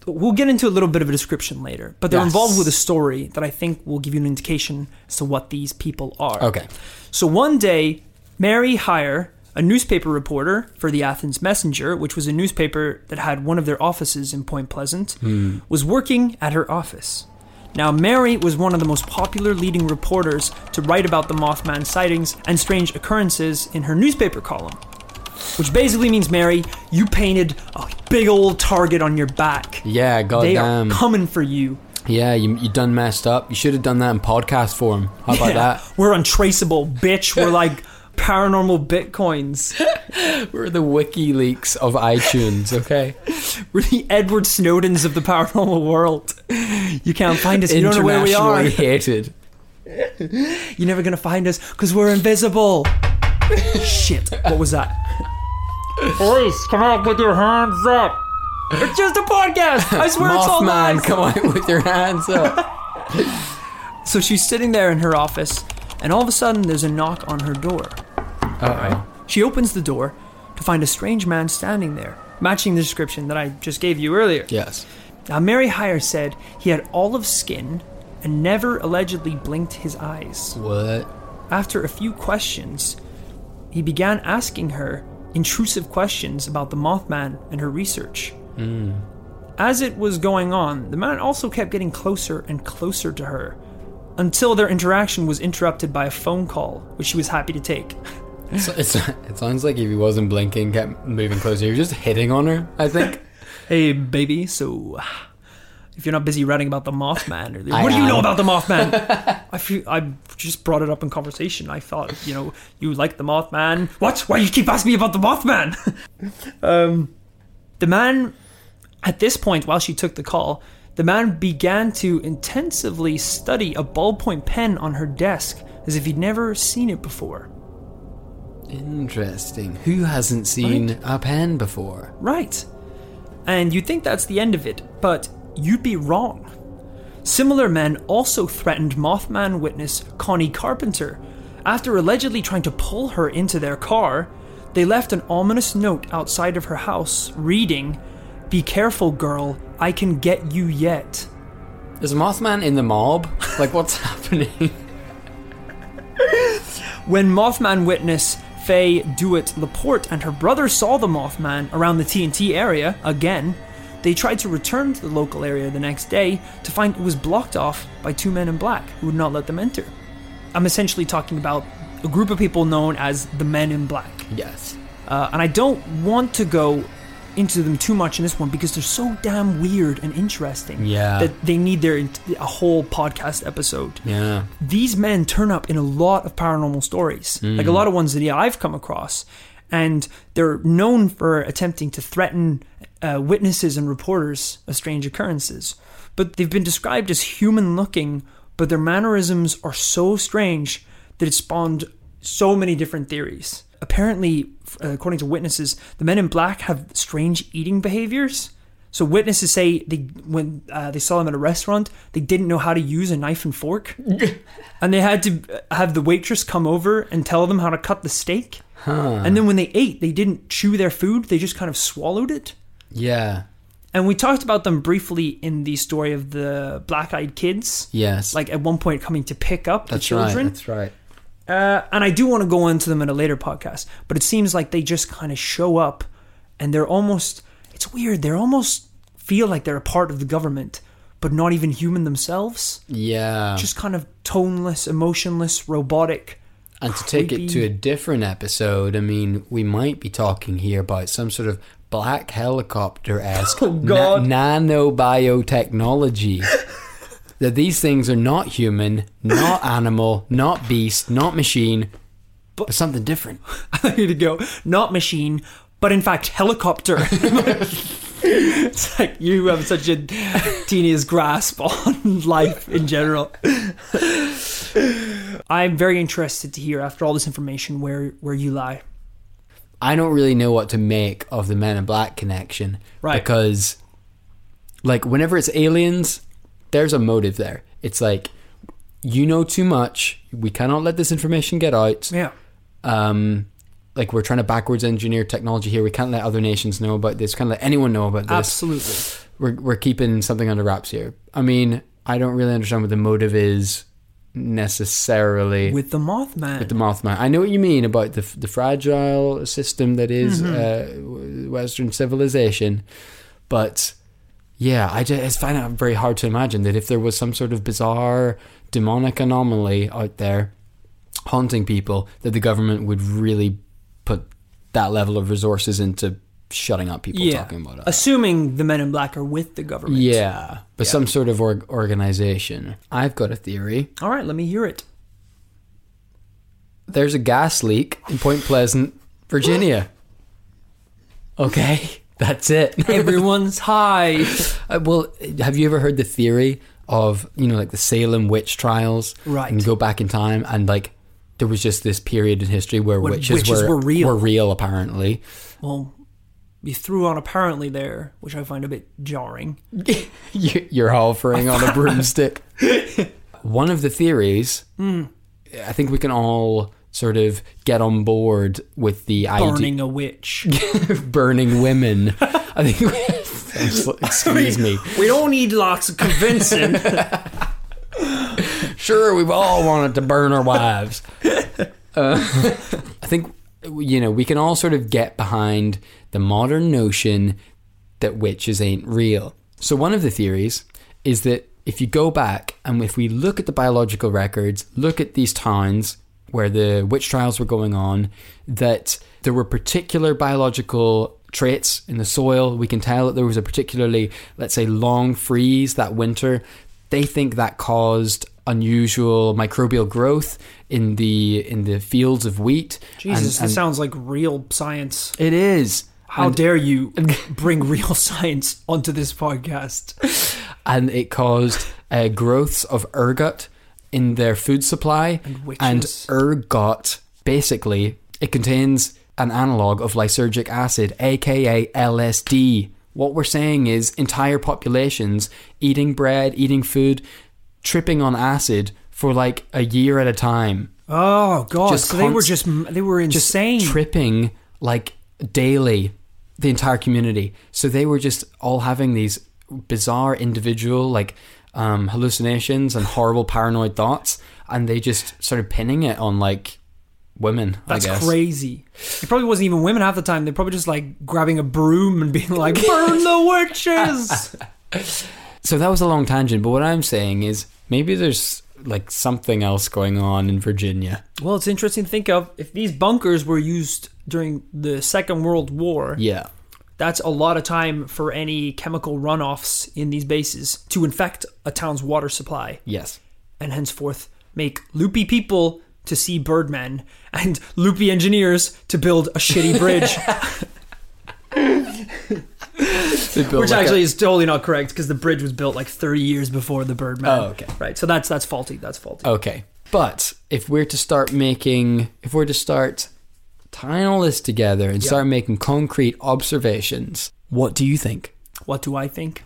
Speaker 1: we'll get into a little bit of a description later, but they're
Speaker 2: Yes.
Speaker 1: involved with a story that I think will give you an indication as to what these people are.
Speaker 2: Okay.
Speaker 1: So one day, Mary Hire, a newspaper reporter for the Athens Messenger, which was a newspaper that had one of their offices in Point Pleasant,
Speaker 2: Hmm.
Speaker 1: was working at her office. Now, Mary was one of the most popular leading reporters to write about the Mothman sightings and strange occurrences in her newspaper column. Which basically means, Mary, you painted a big old target on your back.
Speaker 2: Yeah,
Speaker 1: They
Speaker 2: goddamn.
Speaker 1: are coming for you.
Speaker 2: yeah, you, you done messed up. You should have done that in podcast form. How about that?
Speaker 1: We're untraceable, bitch. We're like paranormal bitcoins.
Speaker 2: We're the WikiLeaks of iTunes. Okay.
Speaker 1: We're the Edward Snowdens of the paranormal world. You can't find us. You don't know where we are.
Speaker 2: Internationally hated.
Speaker 1: You're never gonna find us because we're invisible. Shit! What was that?
Speaker 3: Please come out with your hands up.
Speaker 1: It's just a podcast. I swear it's all
Speaker 2: Mothman,
Speaker 1: lies.
Speaker 2: come out with your hands up.
Speaker 1: So she's sitting there in her office, and all of a sudden there's a knock on her door.
Speaker 2: Uh oh.
Speaker 1: She opens the door to find a strange man standing there, matching the description that I just gave you earlier.
Speaker 2: Yes.
Speaker 1: Now, Mary Hire said he had olive skin and never allegedly blinked his eyes.
Speaker 2: What?
Speaker 1: After a few questions, he began asking her intrusive questions about the Mothman and her research. As it was going on, the man also kept getting closer and closer to her until their interaction was interrupted by a phone call, which she was happy to take.
Speaker 2: So it's, it sounds like if he wasn't blinking, kept moving closer, he was just hitting on her, I think.
Speaker 1: Hey, baby. So, if you're not busy writing about the Mothman, or,
Speaker 2: I
Speaker 1: what do you
Speaker 2: am.
Speaker 1: know about the Mothman? I feel, I just brought it up in conversation. I thought, you know, you like the Mothman. What? Why do you keep asking me about the Mothman? um, the man, at this point, while she took the call, the man began to intensively study a ballpoint pen on her desk as if he'd never seen it before.
Speaker 2: Interesting. Who hasn't seen a pen before?
Speaker 1: Right. And you'd think that's the end of it, but you'd be wrong. Similar men also threatened Mothman witness Connie Carpenter after allegedly trying to pull her into their car. They left an ominous note outside of her house reading, Be careful, girl, I can get you yet.
Speaker 2: Is Mothman in the mob? Like, what's happening?
Speaker 1: When Mothman witness Faye Dewitt Laporte and her brother saw the Mothman around the TNT area again, they tried to return to the local area the next day to find it was blocked off by two men in black who would not let them enter. I'm essentially talking about a group of people known as the Men in Black.
Speaker 2: Yes.
Speaker 1: Uh, and I don't want to go into them too much in this one because they're so damn weird and interesting
Speaker 2: Yeah.
Speaker 1: that they need their a whole podcast episode
Speaker 2: Yeah.
Speaker 1: these men turn up in a lot of paranormal stories, like a lot of ones that yeah, I've come across. And they're known for attempting to threaten uh, witnesses and reporters of strange occurrences. But they've been described as human looking, but their mannerisms are so strange that it spawned so many different theories. Apparently, f- uh, according to witnesses, the men in black have strange eating behaviors. So witnesses say they when uh, they saw them at a restaurant, they didn't know how to use a knife and fork and they had to have the waitress come over and tell them how to cut the steak. And then when they ate, they didn't chew their food; they just kind of swallowed it.
Speaker 2: Yeah.
Speaker 1: And we talked about them briefly in the story of the black-eyed kids,
Speaker 2: Yes.
Speaker 1: like at one point coming to pick up
Speaker 2: that's
Speaker 1: the children.
Speaker 2: Right, that's right.
Speaker 1: Uh, and I do want to go into them in a later podcast, but it seems like they just kind of show up, and they're almost—it's weird. They're almost feel like they're a part of the government, but not even human themselves.
Speaker 2: Yeah.
Speaker 1: Just kind of toneless, emotionless, robotic.
Speaker 2: And to take
Speaker 1: creepy.
Speaker 2: it to a different episode, I mean, we might be talking here about some sort of black helicopter esque
Speaker 1: Oh, God.
Speaker 2: nanobiotechnology. that these things are not human, not animal, not beast, not machine, but, something different.
Speaker 1: Here to go, not machine, but in fact helicopter. it's like you have such a tedious grasp on life in general. I'm very interested to hear after all this information where where you lie.
Speaker 2: I don't really know what to make of the Men in Black connection.
Speaker 1: Right.
Speaker 2: Because, like, whenever it's aliens, there's a motive there. It's like, you know too much. We cannot let this information get out.
Speaker 1: Yeah.
Speaker 2: um, like we're trying to backwards engineer technology here. We can't let other nations know about this. Can't let anyone know about this.
Speaker 1: Absolutely.
Speaker 2: We're we're keeping something under wraps here. I mean, I don't really understand what the motive is necessarily with,
Speaker 1: With the Mothman.
Speaker 2: the Mothman. I know what you mean about the f- the fragile system that is, uh, w- Western civilization, but. Yeah, I just it's find it very hard to imagine that if there was some sort of bizarre demonic anomaly out there haunting people, that the government would really put that level of resources into shutting up people
Speaker 1: yeah.
Speaker 2: talking about it.
Speaker 1: Assuming the men in black are with the government.
Speaker 2: Yeah, but some sort of org- organization. I've got a theory.
Speaker 1: All right, let me hear it.
Speaker 2: There's a gas leak in Point Pleasant, Virginia. Okay, that's it.
Speaker 1: Everyone's high.
Speaker 2: Uh, well, have you ever heard the theory of you know like the Salem witch trials?
Speaker 1: Right.
Speaker 2: And go back in time and like there was just this period in history where
Speaker 1: When
Speaker 2: witches,
Speaker 1: witches were real.
Speaker 2: apparently.
Speaker 1: Well, you threw on apparently there, which I find a bit jarring.
Speaker 2: You- You're hovering on a broomstick. One of the theories,
Speaker 1: Hmm.
Speaker 2: I think we can all sort of get on board with the idea
Speaker 1: Burning a witch.
Speaker 2: of burning women. I think. we- Excuse me.
Speaker 1: We don't need lots of convincing.
Speaker 2: sure we've all wanted to burn our wives uh, i think you know we can all sort of get behind the modern notion that witches ain't real so one of the theories is that if you go back and if we look at the biological records look at these towns where the witch trials were going on that there were particular biological traits in the soil we can tell that there was a particularly let's say long freeze that winter they think that caused unusual microbial growth in the in the fields of wheat.
Speaker 1: Jesus,
Speaker 2: And-
Speaker 1: this
Speaker 2: and
Speaker 1: sounds like real science.
Speaker 2: it is.
Speaker 1: How
Speaker 2: and,
Speaker 1: dare you bring real science onto this podcast?
Speaker 2: and it caused uh, growths of ergot in their food supply
Speaker 1: witches.
Speaker 2: ergot basically it contains an analog of lysergic acid aka LSD. What we're saying is entire populations eating bread, eating food, tripping on acid for like a year at a time.
Speaker 1: Oh God!
Speaker 2: Just
Speaker 1: so they were
Speaker 2: const-
Speaker 1: just they were
Speaker 2: just
Speaker 1: insane.
Speaker 2: tripping like daily the entire community. So they were just all having these bizarre individual like um, hallucinations and horrible paranoid thoughts, and they just started pinning it on like women.
Speaker 1: That's
Speaker 2: I guess.
Speaker 1: crazy. It probably wasn't even women half the time. They're probably just like grabbing a broom and being like, "Burn the witches!"
Speaker 2: So that was a long tangent, but what I'm saying is maybe there's like something else going on in Virginia.
Speaker 1: well, it's interesting to think of if these bunkers were used during the Second World War.
Speaker 2: Yeah.
Speaker 1: That's a lot of time for any chemical runoffs in these bases to infect a town's water supply.
Speaker 2: Yes.
Speaker 1: and henceforth make loopy people to see birdmen and loopy engineers to build a shitty bridge, which actually is totally not correct because the bridge was built like 30 years before the birdmen.
Speaker 2: Oh, okay.
Speaker 1: Right. So that's that's faulty. That's faulty.
Speaker 2: Okay. But if we're to start making, if we're to start tying all this together and start making concrete observations, what do you think?
Speaker 1: What do I think?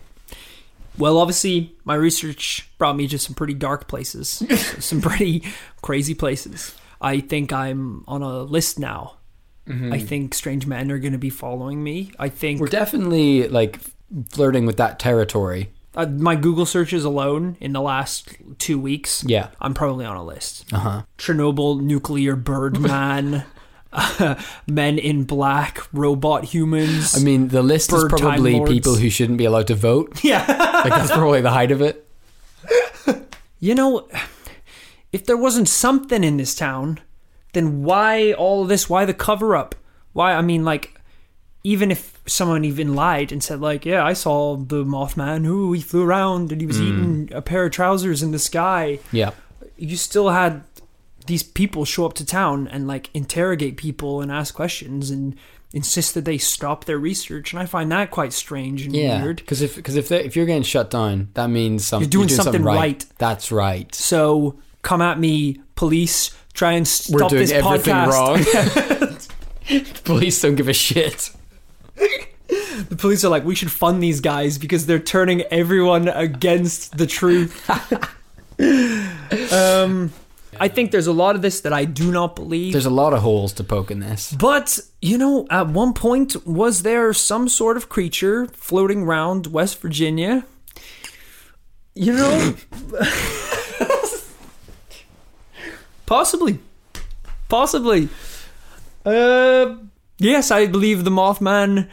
Speaker 1: Well, obviously, my research brought me to some pretty dark places, some pretty crazy places. I think I'm on a list now.
Speaker 2: Mm-hmm.
Speaker 1: I think strange men are going to be following me. I think
Speaker 2: We're definitely like flirting with that territory.
Speaker 1: uh, my Google searches alone in the last two weeks,
Speaker 2: Yeah. Uh-huh.
Speaker 1: I'm probably on a list. Chernobyl, nuclear Birdman, uh, Men in Black, robot humans.
Speaker 2: I mean, the list
Speaker 1: Bird
Speaker 2: is
Speaker 1: Time
Speaker 2: probably
Speaker 1: Lords.
Speaker 2: people who shouldn't be allowed to vote.
Speaker 1: yeah.
Speaker 2: Like that's probably the height of it.
Speaker 1: You know, if there wasn't something in this town, then why all this? Why the cover up? Why? I mean, like, even if someone even lied and said, like, yeah, I saw the Mothman. Who he flew around and he was
Speaker 2: Hmm.
Speaker 1: eating a pair of trousers in the sky.
Speaker 2: Yeah.
Speaker 1: you still had these people show up to town and like interrogate people and ask questions and insist that they stop their research and i find that quite strange and
Speaker 2: Yeah.
Speaker 1: weird
Speaker 2: Because if because if they- if you're getting shut down, that means some,
Speaker 1: You're doing something right.
Speaker 2: That's right.
Speaker 1: so come at me police try and
Speaker 2: We're
Speaker 1: stop
Speaker 2: doing
Speaker 1: this
Speaker 2: everything
Speaker 1: podcast
Speaker 2: wrong. Police don't give a shit.
Speaker 1: the police are like we should fund these guys because they're turning everyone against the truth um i think there's a lot of this that i do not believe
Speaker 2: There's a lot of holes to poke in this.
Speaker 1: But, you know, at one point, was there some sort of creature floating round West Virginia? You know? Possibly. Possibly. Uh, yes, I believe the Mothman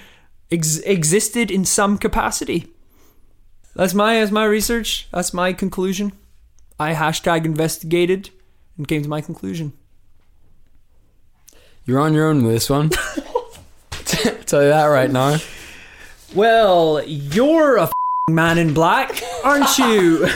Speaker 1: ex- existed in some capacity. That's my, that's my research. That's my conclusion. I hashtag investigated and came to my conclusion.
Speaker 2: You're on your own with this one. Tell you that right now.
Speaker 1: Well, you're a f***ing man in black, aren't you?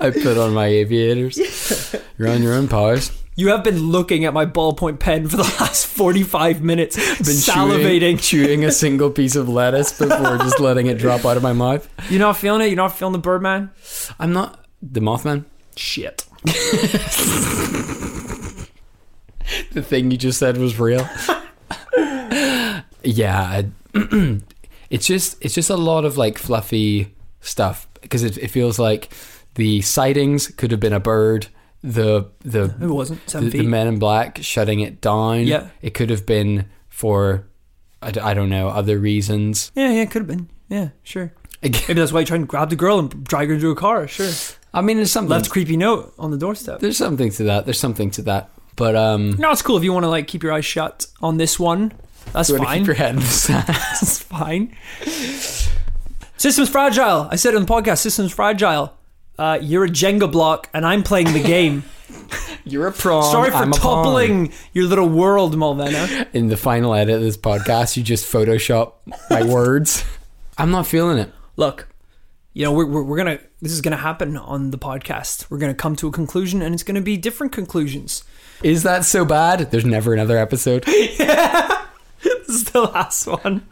Speaker 2: I put on my aviators. You're on your own powers.
Speaker 1: you have been looking at my ballpoint pen for the last 45 minutes,
Speaker 2: Been chewing,
Speaker 1: salivating.
Speaker 2: chewing a single piece of lettuce before just letting it drop out of my mouth.
Speaker 1: You're not feeling it? You're not feeling the Birdman?
Speaker 2: I'm not the Mothman.
Speaker 1: Shit.
Speaker 2: The thing you just said was real. yeah, I- it's just it's just a lot of like fluffy stuff because it, it feels like the sightings could have been a bird. The the
Speaker 1: It wasn't.
Speaker 2: the,
Speaker 1: Seven
Speaker 2: the
Speaker 1: feet.
Speaker 2: men in black shutting it down.
Speaker 1: Yeah.
Speaker 2: It could have been for, I, d- I don't know, other reasons.
Speaker 1: yeah, yeah, could have been. Yeah, sure.
Speaker 2: Again,
Speaker 1: Maybe that's why you tried to grab the girl and drag her into a car. Sure.
Speaker 2: I mean, there's something,
Speaker 1: Left a creepy note on the doorstep.
Speaker 2: there's something to that. There's something to that. But, um,
Speaker 1: No, it's cool if you want to like keep your eyes shut on this one. That's
Speaker 2: you want to
Speaker 1: fine.
Speaker 2: keep your head in the sand.
Speaker 1: That's fine. System's fragile. I said it on the podcast. System's fragile. Uh, you're a Jenga block, and I'm playing the game.
Speaker 2: You're a prawn.
Speaker 1: Sorry for
Speaker 2: I'm a pawn.
Speaker 1: toppling your little world, Mulvena.
Speaker 2: In the final edit of this podcast, you just Photoshop my words. I'm not feeling it.
Speaker 1: Look, you know we're, we're we're gonna this is gonna happen on the podcast. We're gonna come to a conclusion, and it's gonna be different conclusions.
Speaker 2: Is that so bad? There's never another episode.
Speaker 1: This is the last one.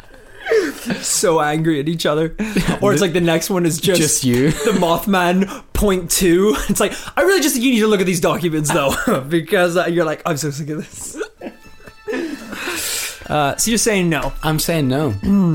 Speaker 1: so angry at each other, or it's like the next one is just.
Speaker 2: Just you.
Speaker 1: the Mothman point two. It's like I really just think you need to look at these documents though, because uh, you're like I'm so sick of this. Uh, so you're saying no?
Speaker 2: I'm saying no.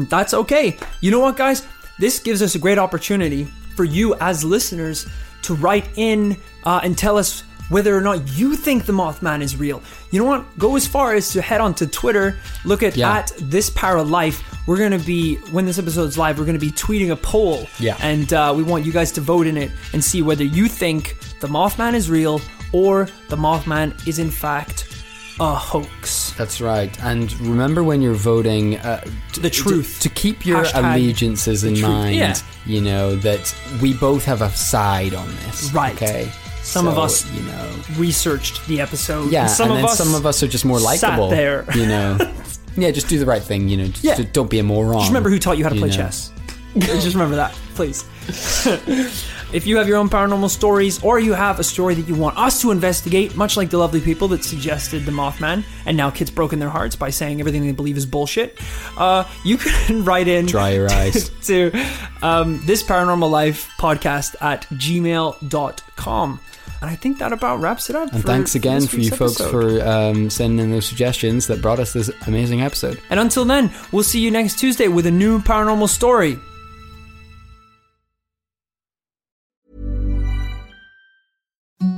Speaker 1: That's okay. You know what, guys? This gives us a great opportunity for you as listeners to write in uh, and tell us whether or not you think the Mothman is real. You know what? Go as far as to head onto Twitter, look at,
Speaker 2: Yeah.
Speaker 1: at this para life. We're gonna be when this episode's live, we're gonna be tweeting a poll.
Speaker 2: Yeah.
Speaker 1: And uh, we want you guys to vote in it and see whether you think the Mothman is real or the Mothman is in fact a hoax.
Speaker 2: That's right. And remember when you're voting, uh,
Speaker 1: The truth.
Speaker 2: To, to keep your
Speaker 1: Hashtag
Speaker 2: allegiances in
Speaker 1: truth.
Speaker 2: mind,
Speaker 1: Yeah.
Speaker 2: you know, that we both have a side on this.
Speaker 1: Right.
Speaker 2: Okay.
Speaker 1: Some of
Speaker 2: So,
Speaker 1: us-
Speaker 2: You know.
Speaker 1: Researched the episode.
Speaker 2: Yeah.
Speaker 1: And some
Speaker 2: and
Speaker 1: of
Speaker 2: then
Speaker 1: us
Speaker 2: some of us are just more
Speaker 1: sat
Speaker 2: likable.
Speaker 1: there.
Speaker 2: You know. yeah, just do the right thing, you know. Just,
Speaker 1: Yeah.
Speaker 2: just don't be a moron.
Speaker 1: Just remember who taught you how to
Speaker 2: You
Speaker 1: play
Speaker 2: know.
Speaker 1: chess. Just remember that, please. if you have your own paranormal stories or you have a story that you want us to investigate, much like the lovely people that suggested the Mothman and now kids broken their hearts by saying everything they believe is bullshit, uh, you can write in
Speaker 2: Dry your eyes.
Speaker 1: to um, this paranormal life podcast at gmail.com. And I think that about wraps it up.
Speaker 2: And
Speaker 1: for
Speaker 2: thanks again
Speaker 1: this
Speaker 2: for
Speaker 1: week's
Speaker 2: you folks
Speaker 1: episode.
Speaker 2: for um, sending in those suggestions that brought us this amazing episode.
Speaker 1: And until then, we'll see you next Tuesday with a new paranormal story.